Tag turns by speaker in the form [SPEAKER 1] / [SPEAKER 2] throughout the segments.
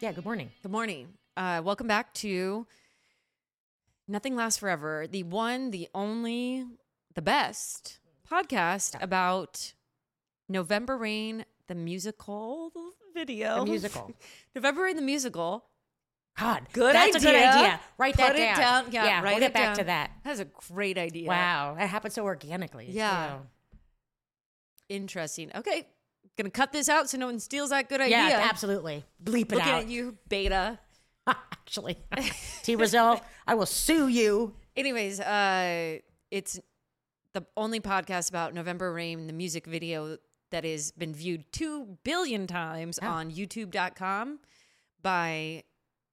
[SPEAKER 1] Yeah, good morning.
[SPEAKER 2] Good morning. Uh, welcome back to Nothing Lasts Forever, the one, the only, the best podcast about November Rain, the musical video.
[SPEAKER 1] The musical.
[SPEAKER 2] November Rain, the musical.
[SPEAKER 1] God,
[SPEAKER 2] Good
[SPEAKER 1] that's
[SPEAKER 2] idea.
[SPEAKER 1] a good idea. Write that
[SPEAKER 2] Put it
[SPEAKER 1] down.
[SPEAKER 2] down. Yeah, write
[SPEAKER 1] we'll
[SPEAKER 2] it
[SPEAKER 1] get back
[SPEAKER 2] down.
[SPEAKER 1] to that.
[SPEAKER 2] That's a great idea.
[SPEAKER 1] Wow, that happened so organically. It's,
[SPEAKER 2] Yeah.
[SPEAKER 1] you know-
[SPEAKER 2] Interesting. Okay. Gonna cut this out so no one steals that good idea.
[SPEAKER 1] yeah, absolutely. Bleep it
[SPEAKER 2] Looking
[SPEAKER 1] out.
[SPEAKER 2] at you, beta.
[SPEAKER 1] Actually, T Rizzo, I will sue you.
[SPEAKER 2] Anyways, uh, it's the only podcast about November Rain, the music video that has been viewed two billion times on YouTube.com by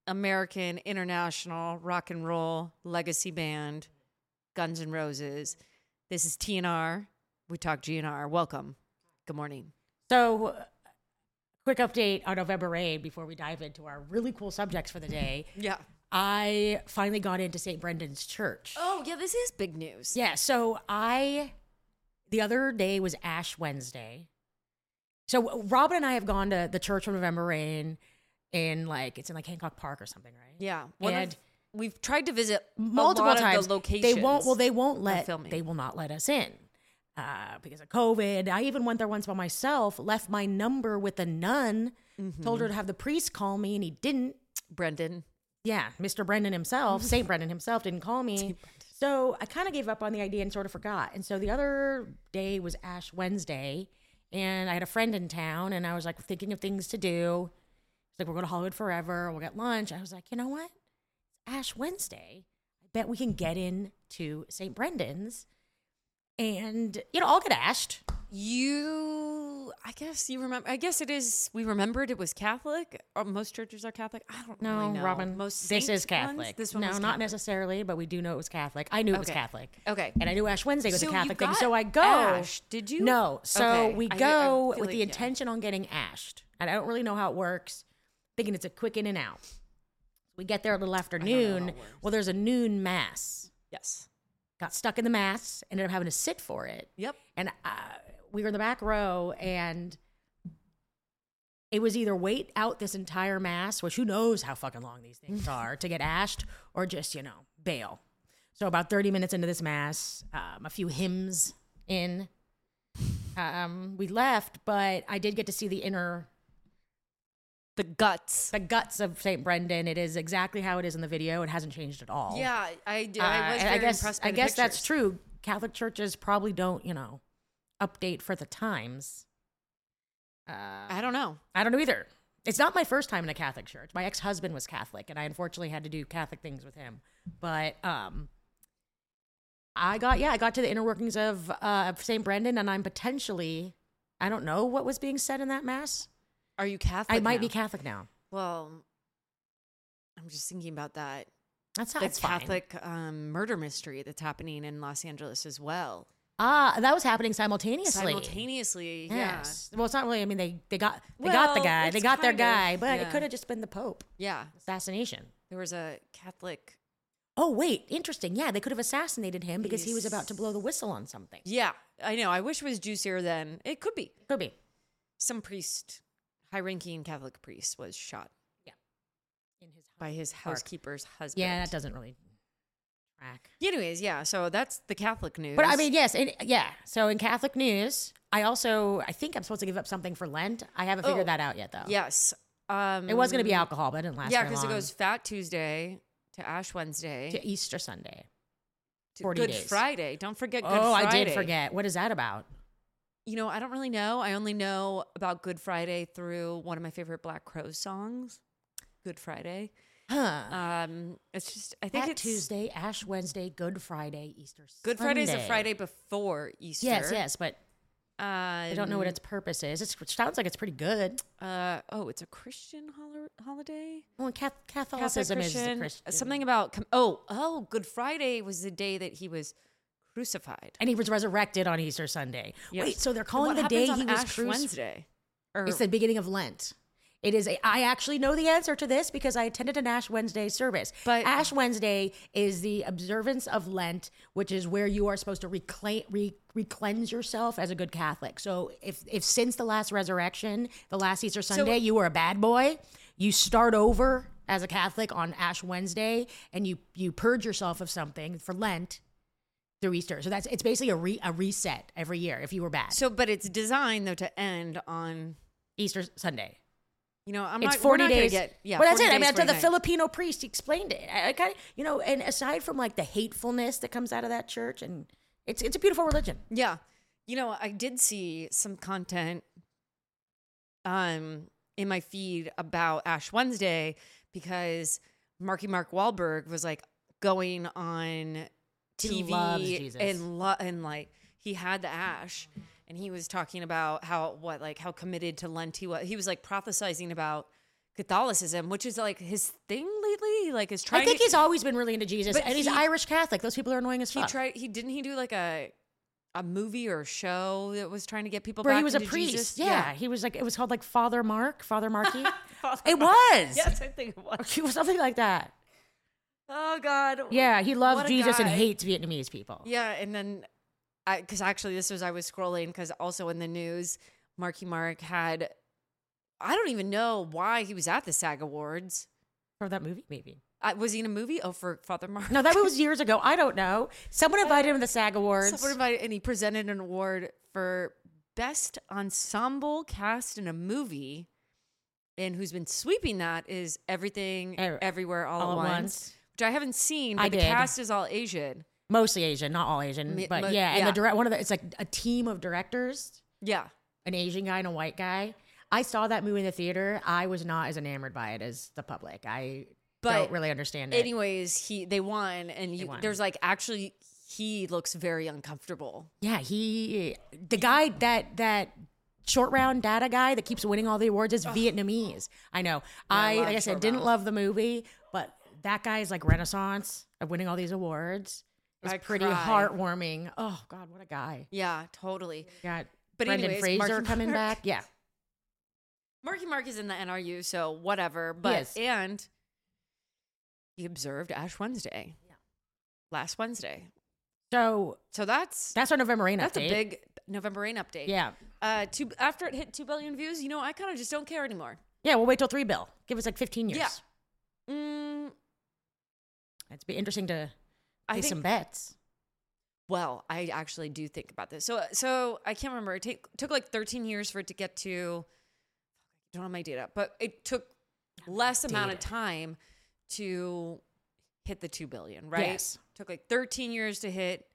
[SPEAKER 2] American international rock and roll legacy band Guns N' Roses. This is TNR. We talk GNR. Welcome. Good morning.
[SPEAKER 1] So, uh, quick update on November Rain before we dive into our really cool subjects for the day.
[SPEAKER 2] Yeah.
[SPEAKER 1] I finally got into St. Brendan's Church.
[SPEAKER 2] Oh yeah, this is big news.
[SPEAKER 1] Yeah, so I the other day was Ash Wednesday. So uh, Robin and I have gone to the church on November Rain in like it's in like Hancock Park or something, right?
[SPEAKER 2] Yeah. One of-
[SPEAKER 1] And-
[SPEAKER 2] we've tried to visit a
[SPEAKER 1] Multiple
[SPEAKER 2] lot of
[SPEAKER 1] times.
[SPEAKER 2] the locations.
[SPEAKER 1] They won't well they won't let
[SPEAKER 2] filming.
[SPEAKER 1] they will not let us in. Uh, because of COVID. I even went there once by myself, left my number with a nun, told her to have the priest call me and he didn't.
[SPEAKER 2] Brendan.
[SPEAKER 1] Yeah, Mr. Brendan himself, St. Brendan himself didn't call me. So I kind of gave up on the idea and sort of forgot. And so the other day was Ash Wednesday, and I had a friend in town, and I was like thinking of things to do. It's like, we'll go to Hollywood forever, we'll get lunch. I was like, you know what? Ash Wednesday. I bet we can get in to St. Brendan's. And, you know, I'll get ashed.
[SPEAKER 2] You, I guess you remember. I guess it is. We remembered it was Catholic. Or most churches are Catholic. I don't
[SPEAKER 1] No,
[SPEAKER 2] really know.
[SPEAKER 1] Robin.
[SPEAKER 2] Most
[SPEAKER 1] this
[SPEAKER 2] saint
[SPEAKER 1] is Catholic.
[SPEAKER 2] ones? This one
[SPEAKER 1] no,
[SPEAKER 2] was
[SPEAKER 1] not
[SPEAKER 2] Catholic.
[SPEAKER 1] necessarily, but we do know it was Catholic. I knew it was
[SPEAKER 2] Okay.
[SPEAKER 1] Catholic.
[SPEAKER 2] Okay.
[SPEAKER 1] and I knew Ash Wednesday was
[SPEAKER 2] So
[SPEAKER 1] a
[SPEAKER 2] you
[SPEAKER 1] Catholic thing.
[SPEAKER 2] got
[SPEAKER 1] So I go.
[SPEAKER 2] ash, did you?
[SPEAKER 1] No. So
[SPEAKER 2] Okay.
[SPEAKER 1] we
[SPEAKER 2] I- I
[SPEAKER 1] go
[SPEAKER 2] feel
[SPEAKER 1] with
[SPEAKER 2] like-
[SPEAKER 1] the
[SPEAKER 2] yeah.
[SPEAKER 1] intention on getting ashed, and I don't really know how it works. Thinking it's a quick in and out. We get there a little after
[SPEAKER 2] know how it
[SPEAKER 1] noon.
[SPEAKER 2] works.
[SPEAKER 1] Well, there's a noon mass.
[SPEAKER 2] Yes.
[SPEAKER 1] Got stuck in the mass. Ended up having to sit for it
[SPEAKER 2] Yep.
[SPEAKER 1] and uh, we were in the back row and it was either wait out this entire mass which who knows how fucking long these things are to get ashed or just you know bail so about 30 minutes into this mass um, a few hymns in um, we left but i did get to see the inner
[SPEAKER 2] The guts.
[SPEAKER 1] the guts of st brendan it is exactly how it is in the video it hasn't changed at all
[SPEAKER 2] Yeah, I did.
[SPEAKER 1] uh,
[SPEAKER 2] I was
[SPEAKER 1] and
[SPEAKER 2] very
[SPEAKER 1] I guess,
[SPEAKER 2] impressed. By
[SPEAKER 1] I
[SPEAKER 2] the
[SPEAKER 1] guess that's
[SPEAKER 2] pictures.
[SPEAKER 1] true. Catholic churches probably don't, you know, update for the times. Uh,
[SPEAKER 2] I don't know.
[SPEAKER 1] I don't know either. It's not my first time in a Catholic church. My ex husband was Catholic, and I unfortunately had to do Catholic things with him. But um, I got yeah, I got to the inner workings of uh, of St. Brendan, and I'm potentially I don't know what was being said in that mass.
[SPEAKER 2] Are you Catholic?
[SPEAKER 1] I might
[SPEAKER 2] now?
[SPEAKER 1] be Catholic now.
[SPEAKER 2] Well, I'm just thinking about that.
[SPEAKER 1] That's not
[SPEAKER 2] The
[SPEAKER 1] it's fine.
[SPEAKER 2] Catholic um, murder mystery that's happening in Los Angeles as well.
[SPEAKER 1] Ah, that was happening simultaneously.
[SPEAKER 2] Simultaneously, yeah.
[SPEAKER 1] Yes. Well, it's not really. I mean, they they got they got the
[SPEAKER 2] Well,
[SPEAKER 1] guy. They
[SPEAKER 2] it's
[SPEAKER 1] got their
[SPEAKER 2] kind of,
[SPEAKER 1] guy, but it
[SPEAKER 2] yeah.
[SPEAKER 1] could have just been the Pope
[SPEAKER 2] Yeah.
[SPEAKER 1] assassination.
[SPEAKER 2] There was a Catholic.
[SPEAKER 1] Oh wait, interesting. Yeah, they could have assassinated him because he was about to blow the whistle on something.
[SPEAKER 2] Yeah, I know. I wish it was juicier than it could be.
[SPEAKER 1] Could be.
[SPEAKER 2] Some priest, high ranking Catholic priest, was shot
[SPEAKER 1] In his
[SPEAKER 2] by his
[SPEAKER 1] Park.
[SPEAKER 2] housekeeper's husband.
[SPEAKER 1] yeah, that doesn't really track.
[SPEAKER 2] Anyways, yeah. So that's the Catholic news.
[SPEAKER 1] But I mean, yes, it, yeah. So in Catholic news, I also I think I'm supposed to give up something for Lent. I haven't figured
[SPEAKER 2] Oh,
[SPEAKER 1] that out yet though.
[SPEAKER 2] yes. Um,
[SPEAKER 1] It was going to be alcohol, but it didn't last.
[SPEAKER 2] Yeah,
[SPEAKER 1] because
[SPEAKER 2] because it goes Fat Tuesday to Ash Wednesday
[SPEAKER 1] to Easter Sunday.
[SPEAKER 2] to
[SPEAKER 1] 40
[SPEAKER 2] Good
[SPEAKER 1] days.
[SPEAKER 2] Friday. Don't forget Good
[SPEAKER 1] oh,
[SPEAKER 2] Friday.
[SPEAKER 1] I did forget. What is that about?
[SPEAKER 2] You know, I don't really know. I only know about Good Friday through one of my favorite Black Crow songs, Good Friday.
[SPEAKER 1] Huh.
[SPEAKER 2] Um, it's just I think
[SPEAKER 1] Fat
[SPEAKER 2] it's
[SPEAKER 1] Tuesday, Uh, Ash Wednesday, Good Friday, Easter.
[SPEAKER 2] Good Friday is a
[SPEAKER 1] Sunday.
[SPEAKER 2] Friday before Easter.
[SPEAKER 1] Yes, yes, but
[SPEAKER 2] Um,
[SPEAKER 1] I don't know what its purpose is. It's, it sounds like it's pretty good.
[SPEAKER 2] Uh, oh, it's a Christian hol- holiday.
[SPEAKER 1] Well, Cath- Catholicism is a Christian.
[SPEAKER 2] Something about com- oh oh, Good Friday was the day that he was crucified.
[SPEAKER 1] and he was resurrected on Easter Sunday.
[SPEAKER 2] Yes.
[SPEAKER 1] Wait, so they're
[SPEAKER 2] And
[SPEAKER 1] calling
[SPEAKER 2] what
[SPEAKER 1] the
[SPEAKER 2] happens
[SPEAKER 1] day
[SPEAKER 2] on
[SPEAKER 1] he was
[SPEAKER 2] Ash
[SPEAKER 1] crucified.
[SPEAKER 2] Wednesday. Or,
[SPEAKER 1] It's the beginning of Lent. It is. A, I actually know the answer to this because I attended an Ash Wednesday service.
[SPEAKER 2] But-
[SPEAKER 1] Ash Wednesday is the observance of Lent, which is where you are supposed to reclaim, re, recleanse yourself as a good Catholic. So if if since the last resurrection, the last Easter Sunday, you were a bad boy, you start over as a Catholic on Ash Wednesday and you you purge yourself of something for Lent through Easter. So that's it's basically a re, a reset every year if you were bad.
[SPEAKER 2] So, but it's designed though to end on.
[SPEAKER 1] Easter Sunday.
[SPEAKER 2] You know, I'm
[SPEAKER 1] It's
[SPEAKER 2] not.
[SPEAKER 1] 40
[SPEAKER 2] we're not gonna
[SPEAKER 1] days.
[SPEAKER 2] Get, yeah,
[SPEAKER 1] but that's
[SPEAKER 2] 40
[SPEAKER 1] it. I
[SPEAKER 2] days,
[SPEAKER 1] mean, after the
[SPEAKER 2] 49.
[SPEAKER 1] Filipino priest explained it, I, I kind of, you know, and aside from like the hatefulness that comes out of that church, and it's it's a beautiful religion.
[SPEAKER 2] Yeah. You know, I did see some content um in my feed about Ash Wednesday because Marky Mark Wahlberg was like going on
[SPEAKER 1] He
[SPEAKER 2] TV
[SPEAKER 1] loves Jesus.
[SPEAKER 2] and lo- and like he had the ash and he was talking about how what like how committed to Lent he was. He was like prophesizing about Catholicism, which is like his thing lately. He, Like is trying
[SPEAKER 1] I think
[SPEAKER 2] to
[SPEAKER 1] he's always been really into Jesus,
[SPEAKER 2] But
[SPEAKER 1] and he's
[SPEAKER 2] he-
[SPEAKER 1] Irish Catholic. Those people are annoying as
[SPEAKER 2] he
[SPEAKER 1] fuck.
[SPEAKER 2] tried he didn't he do like a a movie or a show that was trying to get people
[SPEAKER 1] Where
[SPEAKER 2] back
[SPEAKER 1] he was a
[SPEAKER 2] into
[SPEAKER 1] priest.
[SPEAKER 2] Jesus?
[SPEAKER 1] Yeah. he was like it was called like Father Mark, Father Marky. it was.
[SPEAKER 2] Yes, I think it was.
[SPEAKER 1] It was something like that.
[SPEAKER 2] Oh God.
[SPEAKER 1] Yeah, he
[SPEAKER 2] What
[SPEAKER 1] loves
[SPEAKER 2] a
[SPEAKER 1] Jesus and
[SPEAKER 2] guy.
[SPEAKER 1] hates Vietnamese people.
[SPEAKER 2] Yeah, and then I because actually this was I was scrolling because also in the news, Marky Mark had I don't even know why he was at the SAG Awards.
[SPEAKER 1] From that movie, maybe.
[SPEAKER 2] Uh, was he in a movie? Oh, for Father Mark.
[SPEAKER 1] No, that was years ago. I don't know. Someone invited him to the SAG Awards.
[SPEAKER 2] Someone invited, and he presented an award for best ensemble cast in a movie. And who's been sweeping that is everything,
[SPEAKER 1] Ev-
[SPEAKER 2] everywhere, all, at once, which I haven't seen. But
[SPEAKER 1] I
[SPEAKER 2] the
[SPEAKER 1] did.
[SPEAKER 2] cast is all Asian.
[SPEAKER 1] mostly Asian, not all Asian,
[SPEAKER 2] Mi-
[SPEAKER 1] but
[SPEAKER 2] mo-
[SPEAKER 1] yeah. And
[SPEAKER 2] yeah.
[SPEAKER 1] the direct one of the it's like a team of directors,
[SPEAKER 2] Yeah,
[SPEAKER 1] an Asian guy and a white guy. I saw that movie in the theater. I was not as enamored by it as the public. I
[SPEAKER 2] But
[SPEAKER 1] don't really understand it.
[SPEAKER 2] anyways he they won and you,
[SPEAKER 1] won.
[SPEAKER 2] there's like actually he looks very uncomfortable
[SPEAKER 1] yeah, he the guy that that short round data guy that keeps winning all the awards is Vietnamese. I know. I,
[SPEAKER 2] love
[SPEAKER 1] like I said,
[SPEAKER 2] short
[SPEAKER 1] didn't
[SPEAKER 2] round.
[SPEAKER 1] love the movie, but that guy is like renaissance of winning all these awards. It's
[SPEAKER 2] I
[SPEAKER 1] pretty
[SPEAKER 2] cried.
[SPEAKER 1] heartwarming. Oh God, what a guy!
[SPEAKER 2] yeah totally
[SPEAKER 1] Got
[SPEAKER 2] But
[SPEAKER 1] Brendan
[SPEAKER 2] anyways,
[SPEAKER 1] Fraser
[SPEAKER 2] Marky
[SPEAKER 1] coming
[SPEAKER 2] Mark.
[SPEAKER 1] back. Yeah,
[SPEAKER 2] marky mark is in the nru so whatever but
[SPEAKER 1] Yes.
[SPEAKER 2] and he observed ash wednesday
[SPEAKER 1] Yeah.
[SPEAKER 2] last wednesday
[SPEAKER 1] so
[SPEAKER 2] so that's
[SPEAKER 1] That's our November rain
[SPEAKER 2] that's
[SPEAKER 1] update.
[SPEAKER 2] a big november rain update
[SPEAKER 1] yeah,
[SPEAKER 2] uh two after it hit two billion views you know i kind of just don't care anymore
[SPEAKER 1] yeah. We'll wait till three bill. Give us like fifteen years.
[SPEAKER 2] Yeah. mm,
[SPEAKER 1] It'd be interesting to
[SPEAKER 2] i
[SPEAKER 1] pay
[SPEAKER 2] think
[SPEAKER 1] some bets.
[SPEAKER 2] Well, I actually do think about this. So, so I can't remember. It take, took like 13 years for it to get to. I don't have my data, but it took less amount of
[SPEAKER 1] Data.
[SPEAKER 2] time to hit the two billion. Right?
[SPEAKER 1] Yes.
[SPEAKER 2] Took like 13 years to hit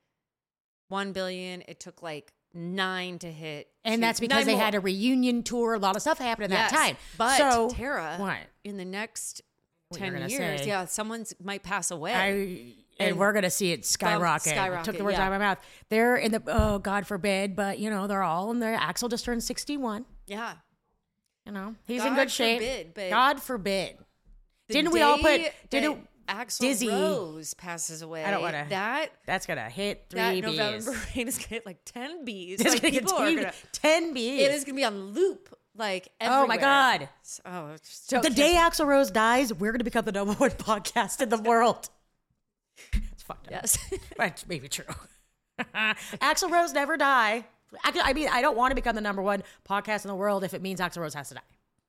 [SPEAKER 2] one billion. It took like nine to hit,
[SPEAKER 1] And
[SPEAKER 2] two-
[SPEAKER 1] that's because
[SPEAKER 2] nine
[SPEAKER 1] they
[SPEAKER 2] more.
[SPEAKER 1] had a reunion tour. A lot of stuff happened at that
[SPEAKER 2] Yes,
[SPEAKER 1] time.
[SPEAKER 2] But
[SPEAKER 1] so
[SPEAKER 2] Tara,
[SPEAKER 1] what?
[SPEAKER 2] in the next
[SPEAKER 1] What you're
[SPEAKER 2] 10
[SPEAKER 1] gonna
[SPEAKER 2] years,
[SPEAKER 1] say.
[SPEAKER 2] yeah, someone's might pass away.
[SPEAKER 1] I and,
[SPEAKER 2] And
[SPEAKER 1] we're gonna see it skyrocket.
[SPEAKER 2] skyrocket,
[SPEAKER 1] Took the words
[SPEAKER 2] yeah.
[SPEAKER 1] out of my mouth. They're in the oh God forbid, but you know they're all in there. Axel just turned sixty one.
[SPEAKER 2] yeah.
[SPEAKER 1] You know he's in
[SPEAKER 2] God
[SPEAKER 1] good shape.
[SPEAKER 2] forbid, but-
[SPEAKER 1] God forbid.
[SPEAKER 2] The
[SPEAKER 1] Didn't we all put?
[SPEAKER 2] day
[SPEAKER 1] Didn't
[SPEAKER 2] that Axl
[SPEAKER 1] Dizzy-
[SPEAKER 2] Rose passes away?
[SPEAKER 1] I don't wanna-
[SPEAKER 2] that.
[SPEAKER 1] that's gonna hit three
[SPEAKER 2] That
[SPEAKER 1] Bs.
[SPEAKER 2] November rain is gonna hit like ten B's.
[SPEAKER 1] It's
[SPEAKER 2] Like,
[SPEAKER 1] gonna hit
[SPEAKER 2] people are
[SPEAKER 1] 10
[SPEAKER 2] gonna.
[SPEAKER 1] ten Bs.
[SPEAKER 2] It is gonna be on loop. Like
[SPEAKER 1] oh my
[SPEAKER 2] everywhere.
[SPEAKER 1] God.
[SPEAKER 2] It's- Oh, it's just-
[SPEAKER 1] the day Axl Rose dies, we're going to become the number one podcast in the world. It's fucked up.
[SPEAKER 2] Yes.
[SPEAKER 1] That's maybe true. Axl Rose never die. I, could- I mean, I don't want to become the number one podcast in the world if it means Axl Rose has to die.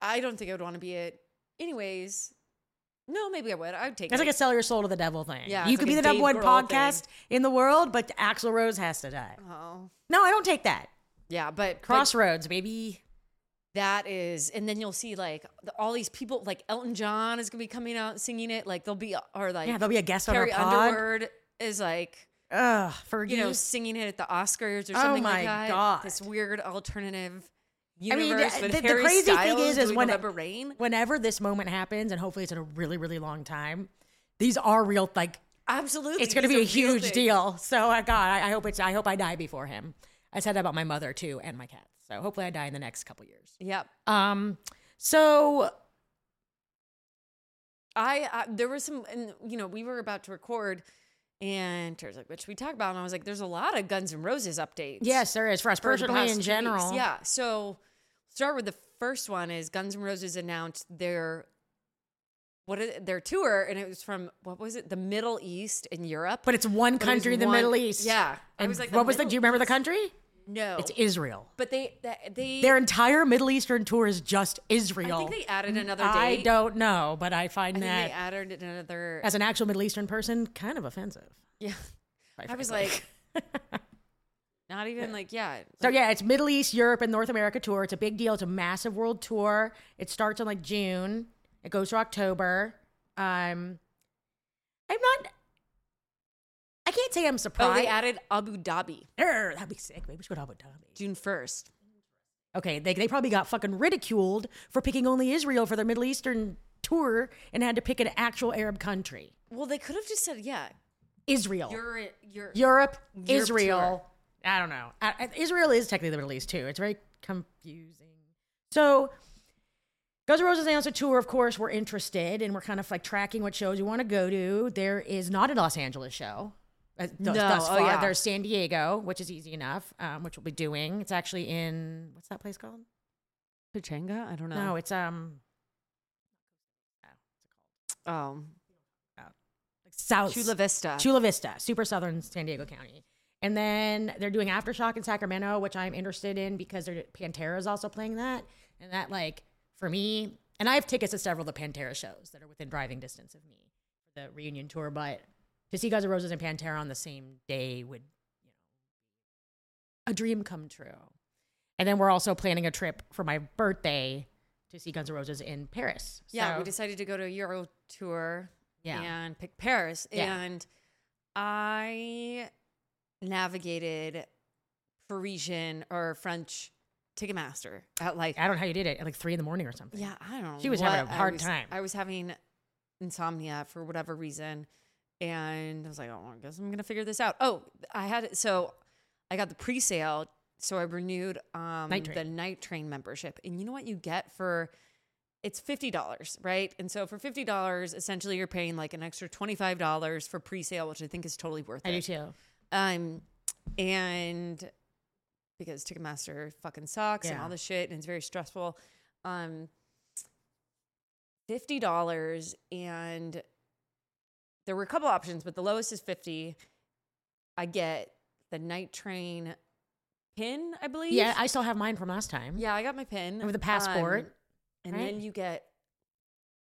[SPEAKER 2] I don't think I would want to be it. Anyways, no, maybe I would. I would take.
[SPEAKER 1] That's
[SPEAKER 2] it.
[SPEAKER 1] like a sell your soul to the devil thing.
[SPEAKER 2] Yeah,
[SPEAKER 1] you
[SPEAKER 2] it's
[SPEAKER 1] could
[SPEAKER 2] like
[SPEAKER 1] be
[SPEAKER 2] a
[SPEAKER 1] the number one
[SPEAKER 2] Dave Grohl
[SPEAKER 1] podcast in the world, but Axl Rose has to die.
[SPEAKER 2] oh.
[SPEAKER 1] No, I don't take that.
[SPEAKER 2] Yeah, but but
[SPEAKER 1] Crossroads, baby.
[SPEAKER 2] that is, and then you'll see like the- all these people, like Elton John is gonna be coming out singing it. Like they'll be, or like
[SPEAKER 1] Yeah, there'll be a guest on our
[SPEAKER 2] Carrie
[SPEAKER 1] pod.
[SPEAKER 2] Underwood is like
[SPEAKER 1] Ugh, Fergie.
[SPEAKER 2] you know, singing it at the Oscars or something
[SPEAKER 1] Oh my
[SPEAKER 2] like that.
[SPEAKER 1] God.
[SPEAKER 2] This weird alternative
[SPEAKER 1] I mean,
[SPEAKER 2] universe
[SPEAKER 1] the-
[SPEAKER 2] with
[SPEAKER 1] the, the
[SPEAKER 2] Harry
[SPEAKER 1] crazy
[SPEAKER 2] Styles
[SPEAKER 1] thing is, is
[SPEAKER 2] doing
[SPEAKER 1] when
[SPEAKER 2] November Rain.
[SPEAKER 1] whenever this moment happens, and hopefully it's in a really, really long time, these are real. Like
[SPEAKER 2] Absolutely,
[SPEAKER 1] it's going to
[SPEAKER 2] these
[SPEAKER 1] be a
[SPEAKER 2] are real
[SPEAKER 1] huge
[SPEAKER 2] things.
[SPEAKER 1] deal. So I God, I, I hope it's. I hope I die before him. I said that about my mother too, and my cats. So hopefully I die in the next couple years.
[SPEAKER 2] Yep.
[SPEAKER 1] Um. So
[SPEAKER 2] I uh, there was some, and you know, we were about to record, and Tara's like, "What should we talk about?" And I was like, "There's a lot of Guns N' Roses updates."
[SPEAKER 1] yes, there is for us
[SPEAKER 2] for the
[SPEAKER 1] personally
[SPEAKER 2] past
[SPEAKER 1] in
[SPEAKER 2] weeks.
[SPEAKER 1] general.
[SPEAKER 2] Yeah. So start with the first one is Guns N' Roses announced their what is it, their tour, and it was from what was it, the Middle East and Europe.
[SPEAKER 1] But it's one
[SPEAKER 2] But it was
[SPEAKER 1] country in the
[SPEAKER 2] one-
[SPEAKER 1] Middle East.
[SPEAKER 2] Yeah.
[SPEAKER 1] And what was the? Do you remember the country?
[SPEAKER 2] No,
[SPEAKER 1] It's Israel.
[SPEAKER 2] but they that- they
[SPEAKER 1] Their entire Middle Eastern tour is just
[SPEAKER 2] I
[SPEAKER 1] Israel.
[SPEAKER 2] think they added another date.
[SPEAKER 1] Mm-hmm. I don't know, but I find
[SPEAKER 2] I think
[SPEAKER 1] that
[SPEAKER 2] they added another.
[SPEAKER 1] as an actual Middle Eastern person, kind of offensive.
[SPEAKER 2] yeah,
[SPEAKER 1] quite
[SPEAKER 2] I was
[SPEAKER 1] frankly.
[SPEAKER 2] like, not even like yeah.
[SPEAKER 1] so yeah, it's Middle East, Europe, and North America tour. It's a big deal. It's a massive world tour. It starts in like June. It goes through October. Um, I'm not. I can't say I'm
[SPEAKER 2] Oh, they
[SPEAKER 1] surprised.
[SPEAKER 2] added Abu Dhabi
[SPEAKER 1] Err, that'd be sick. Maybe we should go to Abu Dhabi.
[SPEAKER 2] June first.
[SPEAKER 1] Okay, they, they probably got fucking ridiculed for picking only Israel for their Middle Eastern tour and had to pick an actual Arab country.
[SPEAKER 2] Well, they could have just said yeah.
[SPEAKER 1] Israel.
[SPEAKER 2] You're you're
[SPEAKER 1] Europe,
[SPEAKER 2] Europe
[SPEAKER 1] Israel. I don't know. I, I- Israel is technically the Middle East too. It's very confusing. So, Guns N' Roses announced a tour. Of course, we're interested and we're kind of like tracking what shows we want to go to. There is not a Los Angeles show. uh, thus-
[SPEAKER 2] No.
[SPEAKER 1] thus
[SPEAKER 2] Oh,
[SPEAKER 1] far.
[SPEAKER 2] yeah.
[SPEAKER 1] There's San Diego, which is easy enough, um, which we'll be doing. It's actually in what's that place called?
[SPEAKER 2] Pachanga. I don't know.
[SPEAKER 1] No, it's um
[SPEAKER 2] Oh,
[SPEAKER 1] South
[SPEAKER 2] Chula Vista.
[SPEAKER 1] Chula Vista, super southern San Diego County. And then they're doing Aftershock in Sacramento, which I'm interested in because they're, Pantera is also playing that. And that, like, for me, and I have tickets to several of the Pantera shows that are within driving distance of me for the reunion tour. But to see Guns N' Roses and Pantera on the same day would, you know, a dream come true. And then we're also planning a trip for my birthday to see Guns N' Roses in Paris.
[SPEAKER 2] yeah,
[SPEAKER 1] So-
[SPEAKER 2] we decided to go to Euro tour.
[SPEAKER 1] Yeah.
[SPEAKER 2] and pick Paris.
[SPEAKER 1] Yeah.
[SPEAKER 2] And I navigated Parisian or French Ticketmaster at like
[SPEAKER 1] I don't know how you did it at like three in the morning or something.
[SPEAKER 2] yeah, I don't know.
[SPEAKER 1] She was
[SPEAKER 2] what
[SPEAKER 1] having a
[SPEAKER 2] I
[SPEAKER 1] hard
[SPEAKER 2] was-
[SPEAKER 1] time.
[SPEAKER 2] I was having insomnia for whatever reason. And I was like, oh, I guess I'm going to figure this out. Oh, I had, so I got the pre sale. So I renewed um,
[SPEAKER 1] Night Train.
[SPEAKER 2] the night train membership. And you know what you get for, it's $50, right? And so for $50, essentially you're paying like an extra $25 for pre sale, which I think is totally worth
[SPEAKER 1] I
[SPEAKER 2] it.
[SPEAKER 1] do too.
[SPEAKER 2] Um, and because Ticketmaster fucking sucks and
[SPEAKER 1] Yeah.
[SPEAKER 2] all this shit, and it's very stressful. Um, fifty dollars, and there were a couple options, but the lowest is fifty. I get the night train pin, I believe.
[SPEAKER 1] Yeah, I still have mine from last time.
[SPEAKER 2] yeah, I got my pin
[SPEAKER 1] With the passport,
[SPEAKER 2] um, and
[SPEAKER 1] right?
[SPEAKER 2] then you get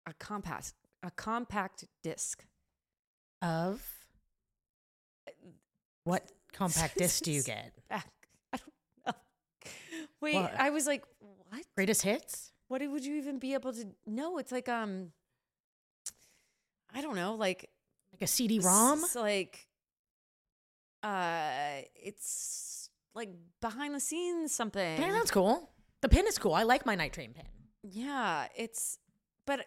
[SPEAKER 2] a compact, a compact disc.
[SPEAKER 1] Of what compact disc do you get?
[SPEAKER 2] Back, I don't know. Wait,
[SPEAKER 1] What?
[SPEAKER 2] I was like, what?
[SPEAKER 1] Greatest hits?
[SPEAKER 2] what would you even be able to no it's like um i don't know like
[SPEAKER 1] Like a CD ROM?
[SPEAKER 2] it's like uh it's like behind the scenes something
[SPEAKER 1] Yeah, that's cool. The pin is cool. I like my night train pin.
[SPEAKER 2] yeah it's but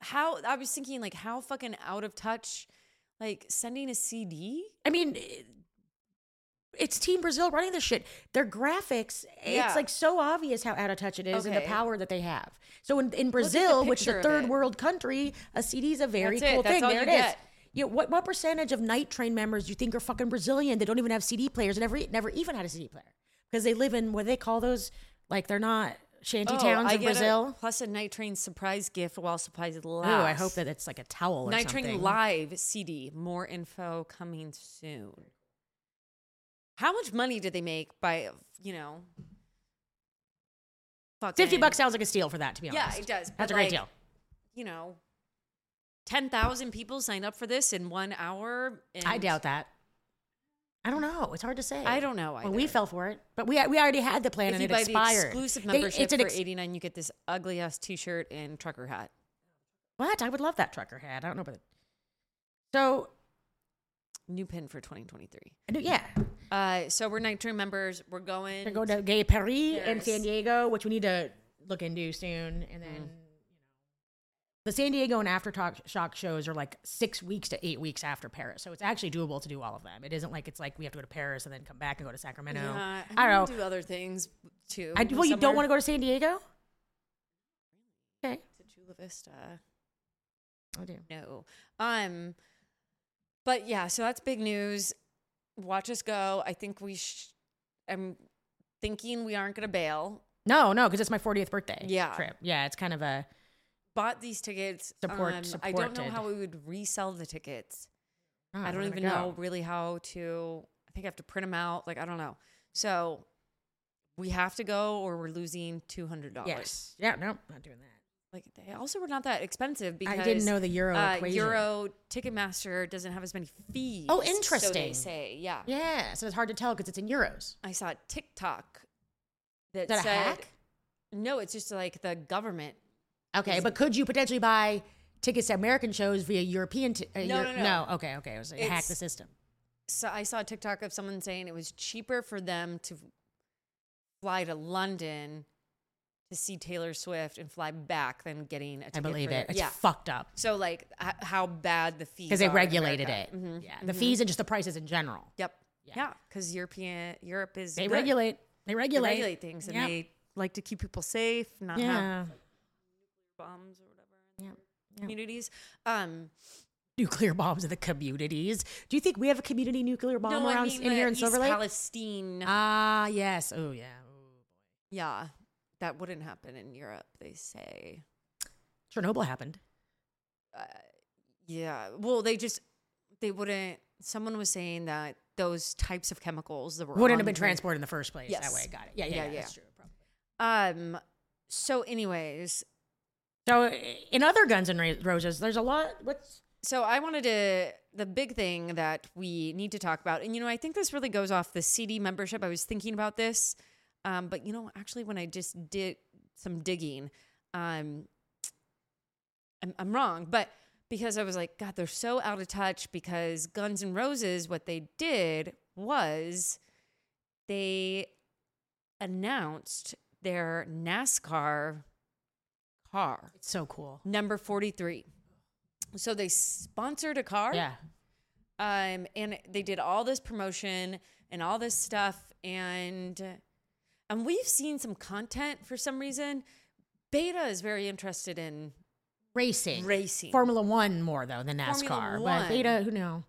[SPEAKER 2] how i was thinking like how fucking out of touch like sending a cd
[SPEAKER 1] I mean, it- it's Team Brazil running this shit. Their graphics,
[SPEAKER 2] Yeah.
[SPEAKER 1] it's like so obvious how out of touch it is and the
[SPEAKER 2] Okay.
[SPEAKER 1] power that they have. So in, in
[SPEAKER 2] at the
[SPEAKER 1] Brazil, which is
[SPEAKER 2] picture
[SPEAKER 1] a
[SPEAKER 2] of
[SPEAKER 1] third
[SPEAKER 2] it.
[SPEAKER 1] world country, a CD is a very
[SPEAKER 2] That's it.
[SPEAKER 1] cool
[SPEAKER 2] That's
[SPEAKER 1] thing.
[SPEAKER 2] all
[SPEAKER 1] There
[SPEAKER 2] you
[SPEAKER 1] it is.
[SPEAKER 2] get.
[SPEAKER 1] You know, what, what percentage of night train members do you think are fucking Brazilian? They don't even have CD players and never, never even had a CD player because they live in what do they call those, like they're not shanty towns
[SPEAKER 2] Oh, I get
[SPEAKER 1] in
[SPEAKER 2] a-
[SPEAKER 1] Brazil.
[SPEAKER 2] plus a night train surprise gift while supplies
[SPEAKER 1] Oh,
[SPEAKER 2] last
[SPEAKER 1] I hope that it's like a towel or
[SPEAKER 2] night
[SPEAKER 1] something.
[SPEAKER 2] train live cd more info coming soon how much money did they make by you know fucking-
[SPEAKER 1] 50 bucks sounds like a steal for that, to be
[SPEAKER 2] Yeah,
[SPEAKER 1] honest.
[SPEAKER 2] it does, but,
[SPEAKER 1] That's a great
[SPEAKER 2] like,
[SPEAKER 1] deal.
[SPEAKER 2] you know 10,000 people signed up for this in one hour and
[SPEAKER 1] I doubt that. I don't know. It's hard to say.
[SPEAKER 2] I don't know
[SPEAKER 1] Well, we
[SPEAKER 2] either.
[SPEAKER 1] fell for it, but we we already had the plan
[SPEAKER 2] if
[SPEAKER 1] and
[SPEAKER 2] you
[SPEAKER 1] it
[SPEAKER 2] buy
[SPEAKER 1] expired.
[SPEAKER 2] the exclusive
[SPEAKER 1] They-
[SPEAKER 2] membership
[SPEAKER 1] it's an
[SPEAKER 2] for
[SPEAKER 1] ex-
[SPEAKER 2] 89 you get this ugly ass t-shirt and trucker hat
[SPEAKER 1] what? I would love that trucker hat. I don't know, but so
[SPEAKER 2] new pin for 2023
[SPEAKER 1] I do- yeah,
[SPEAKER 2] uh, so we're night train members we're going
[SPEAKER 1] they're going to Gay Paris and
[SPEAKER 2] Yes. Mm.
[SPEAKER 1] San Diego, which we need to look into soon, and then. you know The San Diego and Aftershock shock shows are like six weeks to eight weeks after Paris, so it's actually doable to do all of them. It isn't like it's like we have to go to Paris and then come back and go to Sacramento.
[SPEAKER 2] Yeah,
[SPEAKER 1] I
[SPEAKER 2] wanna
[SPEAKER 1] don't know.
[SPEAKER 2] do other things too
[SPEAKER 1] I, well, you don't want to go to San Diego? Okay,
[SPEAKER 2] to Chula Vista
[SPEAKER 1] I do.
[SPEAKER 2] no. Um, but yeah, so that's big news. Watch us go. I think we. Sh- I'm thinking we aren't gonna bail.
[SPEAKER 1] No, no, because it's my 40th birthday.
[SPEAKER 2] Yeah.
[SPEAKER 1] trip. Yeah, it's kind of a
[SPEAKER 2] Bought these tickets. Um,
[SPEAKER 1] Support-
[SPEAKER 2] I don't know
[SPEAKER 1] supported.
[SPEAKER 2] how we would resell the tickets.
[SPEAKER 1] Oh,
[SPEAKER 2] I don't
[SPEAKER 1] we're
[SPEAKER 2] even
[SPEAKER 1] gonna go.
[SPEAKER 2] know really how to. I think I have to print them out. Like I don't know. So we have to go or we're losing two hundred dollars.
[SPEAKER 1] Yes. Yeah. No, not doing that.
[SPEAKER 2] Like they also were not that expensive because
[SPEAKER 1] I didn't know the euro
[SPEAKER 2] uh,
[SPEAKER 1] equation.
[SPEAKER 2] Euro Ticketmaster doesn't have as many fees.
[SPEAKER 1] Oh,
[SPEAKER 2] So they
[SPEAKER 1] interesting.
[SPEAKER 2] say, yeah.
[SPEAKER 1] Yeah. So it's hard to tell because it's in euros.
[SPEAKER 2] I saw a TikTok that,
[SPEAKER 1] Is that
[SPEAKER 2] said,
[SPEAKER 1] a hack?
[SPEAKER 2] No, it's just like the government.
[SPEAKER 1] Okay, but could you potentially buy tickets to American shows via European? T- uh,
[SPEAKER 2] No,
[SPEAKER 1] Euro-
[SPEAKER 2] no, no.
[SPEAKER 1] Okay, okay. It was like, hack the
[SPEAKER 2] It's-
[SPEAKER 1] system.
[SPEAKER 2] So I saw a TikTok of someone saying it was cheaper for them to fly to London to see Taylor Swift and fly back than getting a ticket.
[SPEAKER 1] I believe
[SPEAKER 2] for-
[SPEAKER 1] it. It's
[SPEAKER 2] yeah.
[SPEAKER 1] fucked up
[SPEAKER 2] so like h- how bad the fees
[SPEAKER 1] because they
[SPEAKER 2] are in
[SPEAKER 1] regulated it.
[SPEAKER 2] America. Mhm.
[SPEAKER 1] Yeah, the fees and just the prices in general.
[SPEAKER 2] Yep.
[SPEAKER 1] Yeah.
[SPEAKER 2] Yeah, because European Europe is
[SPEAKER 1] They
[SPEAKER 2] good.
[SPEAKER 1] regulate. They
[SPEAKER 2] They
[SPEAKER 1] regulate.
[SPEAKER 2] regulate Uh-huh. things and
[SPEAKER 1] Yep.
[SPEAKER 2] they like to keep people safe, not have
[SPEAKER 1] yeah.
[SPEAKER 2] bombs or whatever in
[SPEAKER 1] Yep.
[SPEAKER 2] their
[SPEAKER 1] Yep.
[SPEAKER 2] communities. Um,
[SPEAKER 1] Nuclear bombs in the communities. Do you think we have a community nuclear bomb
[SPEAKER 2] no, I
[SPEAKER 1] around
[SPEAKER 2] mean
[SPEAKER 1] in
[SPEAKER 2] the
[SPEAKER 1] here in
[SPEAKER 2] East
[SPEAKER 1] Silver Lake?
[SPEAKER 2] Palestine.
[SPEAKER 1] Ah, yes. Oh, yeah.
[SPEAKER 2] yeah, that wouldn't happen in Europe. They say. Uh,
[SPEAKER 1] Chernobyl happened.
[SPEAKER 2] Yeah. Well, they just they wouldn't. Someone was saying that those types of chemicals that were
[SPEAKER 1] Wouldn't
[SPEAKER 2] on
[SPEAKER 1] have been
[SPEAKER 2] the plane-
[SPEAKER 1] transported in the first place.
[SPEAKER 2] Yes.
[SPEAKER 1] That way, got it. Yeah, yeah,
[SPEAKER 2] Yeah,
[SPEAKER 1] yeah.
[SPEAKER 2] yeah.
[SPEAKER 1] That's true. Probably.
[SPEAKER 2] Um. So, anyways,
[SPEAKER 1] So, in other Guns and Ra- Roses, there's a lot. What's
[SPEAKER 2] So I wanted to the big thing that we need to talk about, and you know, I think this really goes off the CD membership. I was thinking about this, um, but you know, actually, when I just did some digging, um, I'm, I'm wrong, but because I was like, God, they're so out of touch. Because Guns N' Roses, what they did was they announced their NASCAR car
[SPEAKER 1] it's so cool?
[SPEAKER 2] number 43 so they sponsored a car
[SPEAKER 1] Yeah.
[SPEAKER 2] um and they did all this promotion and all this stuff and and we've seen some content for some reason beta is very interested in
[SPEAKER 1] Racing.
[SPEAKER 2] racing
[SPEAKER 1] Formula One more though than
[SPEAKER 2] Formula
[SPEAKER 1] NASCAR. But
[SPEAKER 2] One.
[SPEAKER 1] Beta, who know?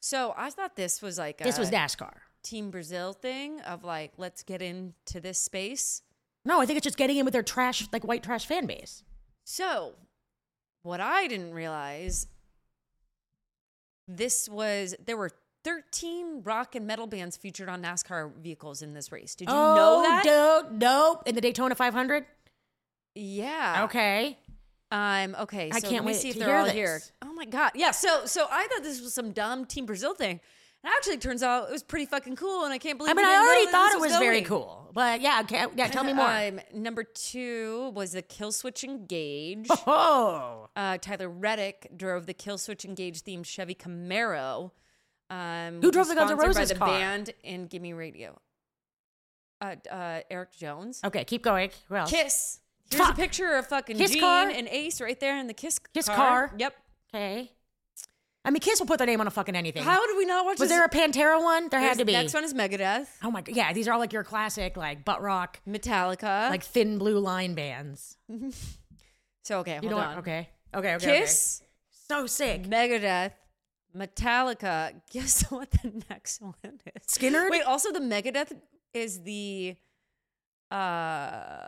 [SPEAKER 2] so i thought this was like
[SPEAKER 1] This
[SPEAKER 2] a
[SPEAKER 1] was NASCAR.
[SPEAKER 2] team brazil thing of like let's get into this space
[SPEAKER 1] No, I think it's just getting in with their trash, like white trash fan base.
[SPEAKER 2] So, what I didn't realize this was there were 13 rock and metal bands featured on NASCAR vehicles in this race. Did you know that?
[SPEAKER 1] Oh, Dope, dope. In the Daytona 500.
[SPEAKER 2] yeah.
[SPEAKER 1] Okay.
[SPEAKER 2] Um okay, so
[SPEAKER 1] I can't
[SPEAKER 2] let me
[SPEAKER 1] wait
[SPEAKER 2] see if
[SPEAKER 1] to
[SPEAKER 2] they're
[SPEAKER 1] hear
[SPEAKER 2] all
[SPEAKER 1] this.
[SPEAKER 2] here. Oh my god. Yeah, so so I thought this was some dumb Team Brazil thing. And actually it turns out it was pretty fucking cool and I can't believe
[SPEAKER 1] I mean,
[SPEAKER 2] we
[SPEAKER 1] I
[SPEAKER 2] didn't know
[SPEAKER 1] already
[SPEAKER 2] that
[SPEAKER 1] thought
[SPEAKER 2] this
[SPEAKER 1] it was very
[SPEAKER 2] going.
[SPEAKER 1] cool, but yeah, okay, yeah. Tell me more.
[SPEAKER 2] Um, number 2 was the Kill Switch Engage.
[SPEAKER 1] oh,
[SPEAKER 2] Uh, Tyler Reddick drove the Kill Switch Engage themed Chevy Camaro. Um,
[SPEAKER 1] Who drove the Guns N'
[SPEAKER 2] sponsored by
[SPEAKER 1] Roses
[SPEAKER 2] the
[SPEAKER 1] car?
[SPEAKER 2] band and Gimme Radio. Uh, d- uh, Eric Jones.
[SPEAKER 1] okay. Keep going. Who else?
[SPEAKER 2] Kiss. Here's
[SPEAKER 1] Oh. Fuck.
[SPEAKER 2] a picture of fucking
[SPEAKER 1] Kiss
[SPEAKER 2] Gene
[SPEAKER 1] car?
[SPEAKER 2] and Ace right there in the Kiss
[SPEAKER 1] Kiss car?
[SPEAKER 2] Yep.
[SPEAKER 1] Okay. I mean, Kiss will put their name on a fucking anything.
[SPEAKER 2] How did we not watch
[SPEAKER 1] was
[SPEAKER 2] this?
[SPEAKER 1] there a Pantera one? There
[SPEAKER 2] There's-
[SPEAKER 1] had to be.
[SPEAKER 2] Next one is Megadeth,
[SPEAKER 1] Oh my god. Yeah, these are all like your classic like butt rock,
[SPEAKER 2] Metallica.
[SPEAKER 1] like thin blue line bands.
[SPEAKER 2] so okay,
[SPEAKER 1] You
[SPEAKER 2] hold
[SPEAKER 1] know
[SPEAKER 2] on.
[SPEAKER 1] what? Okay. Okay. Okay. okay.
[SPEAKER 2] Kiss,
[SPEAKER 1] So sick.
[SPEAKER 2] Megadeth, Metallica. Guess what the next one is?
[SPEAKER 1] Skinner.
[SPEAKER 2] Wait, also the Megadeth is the uh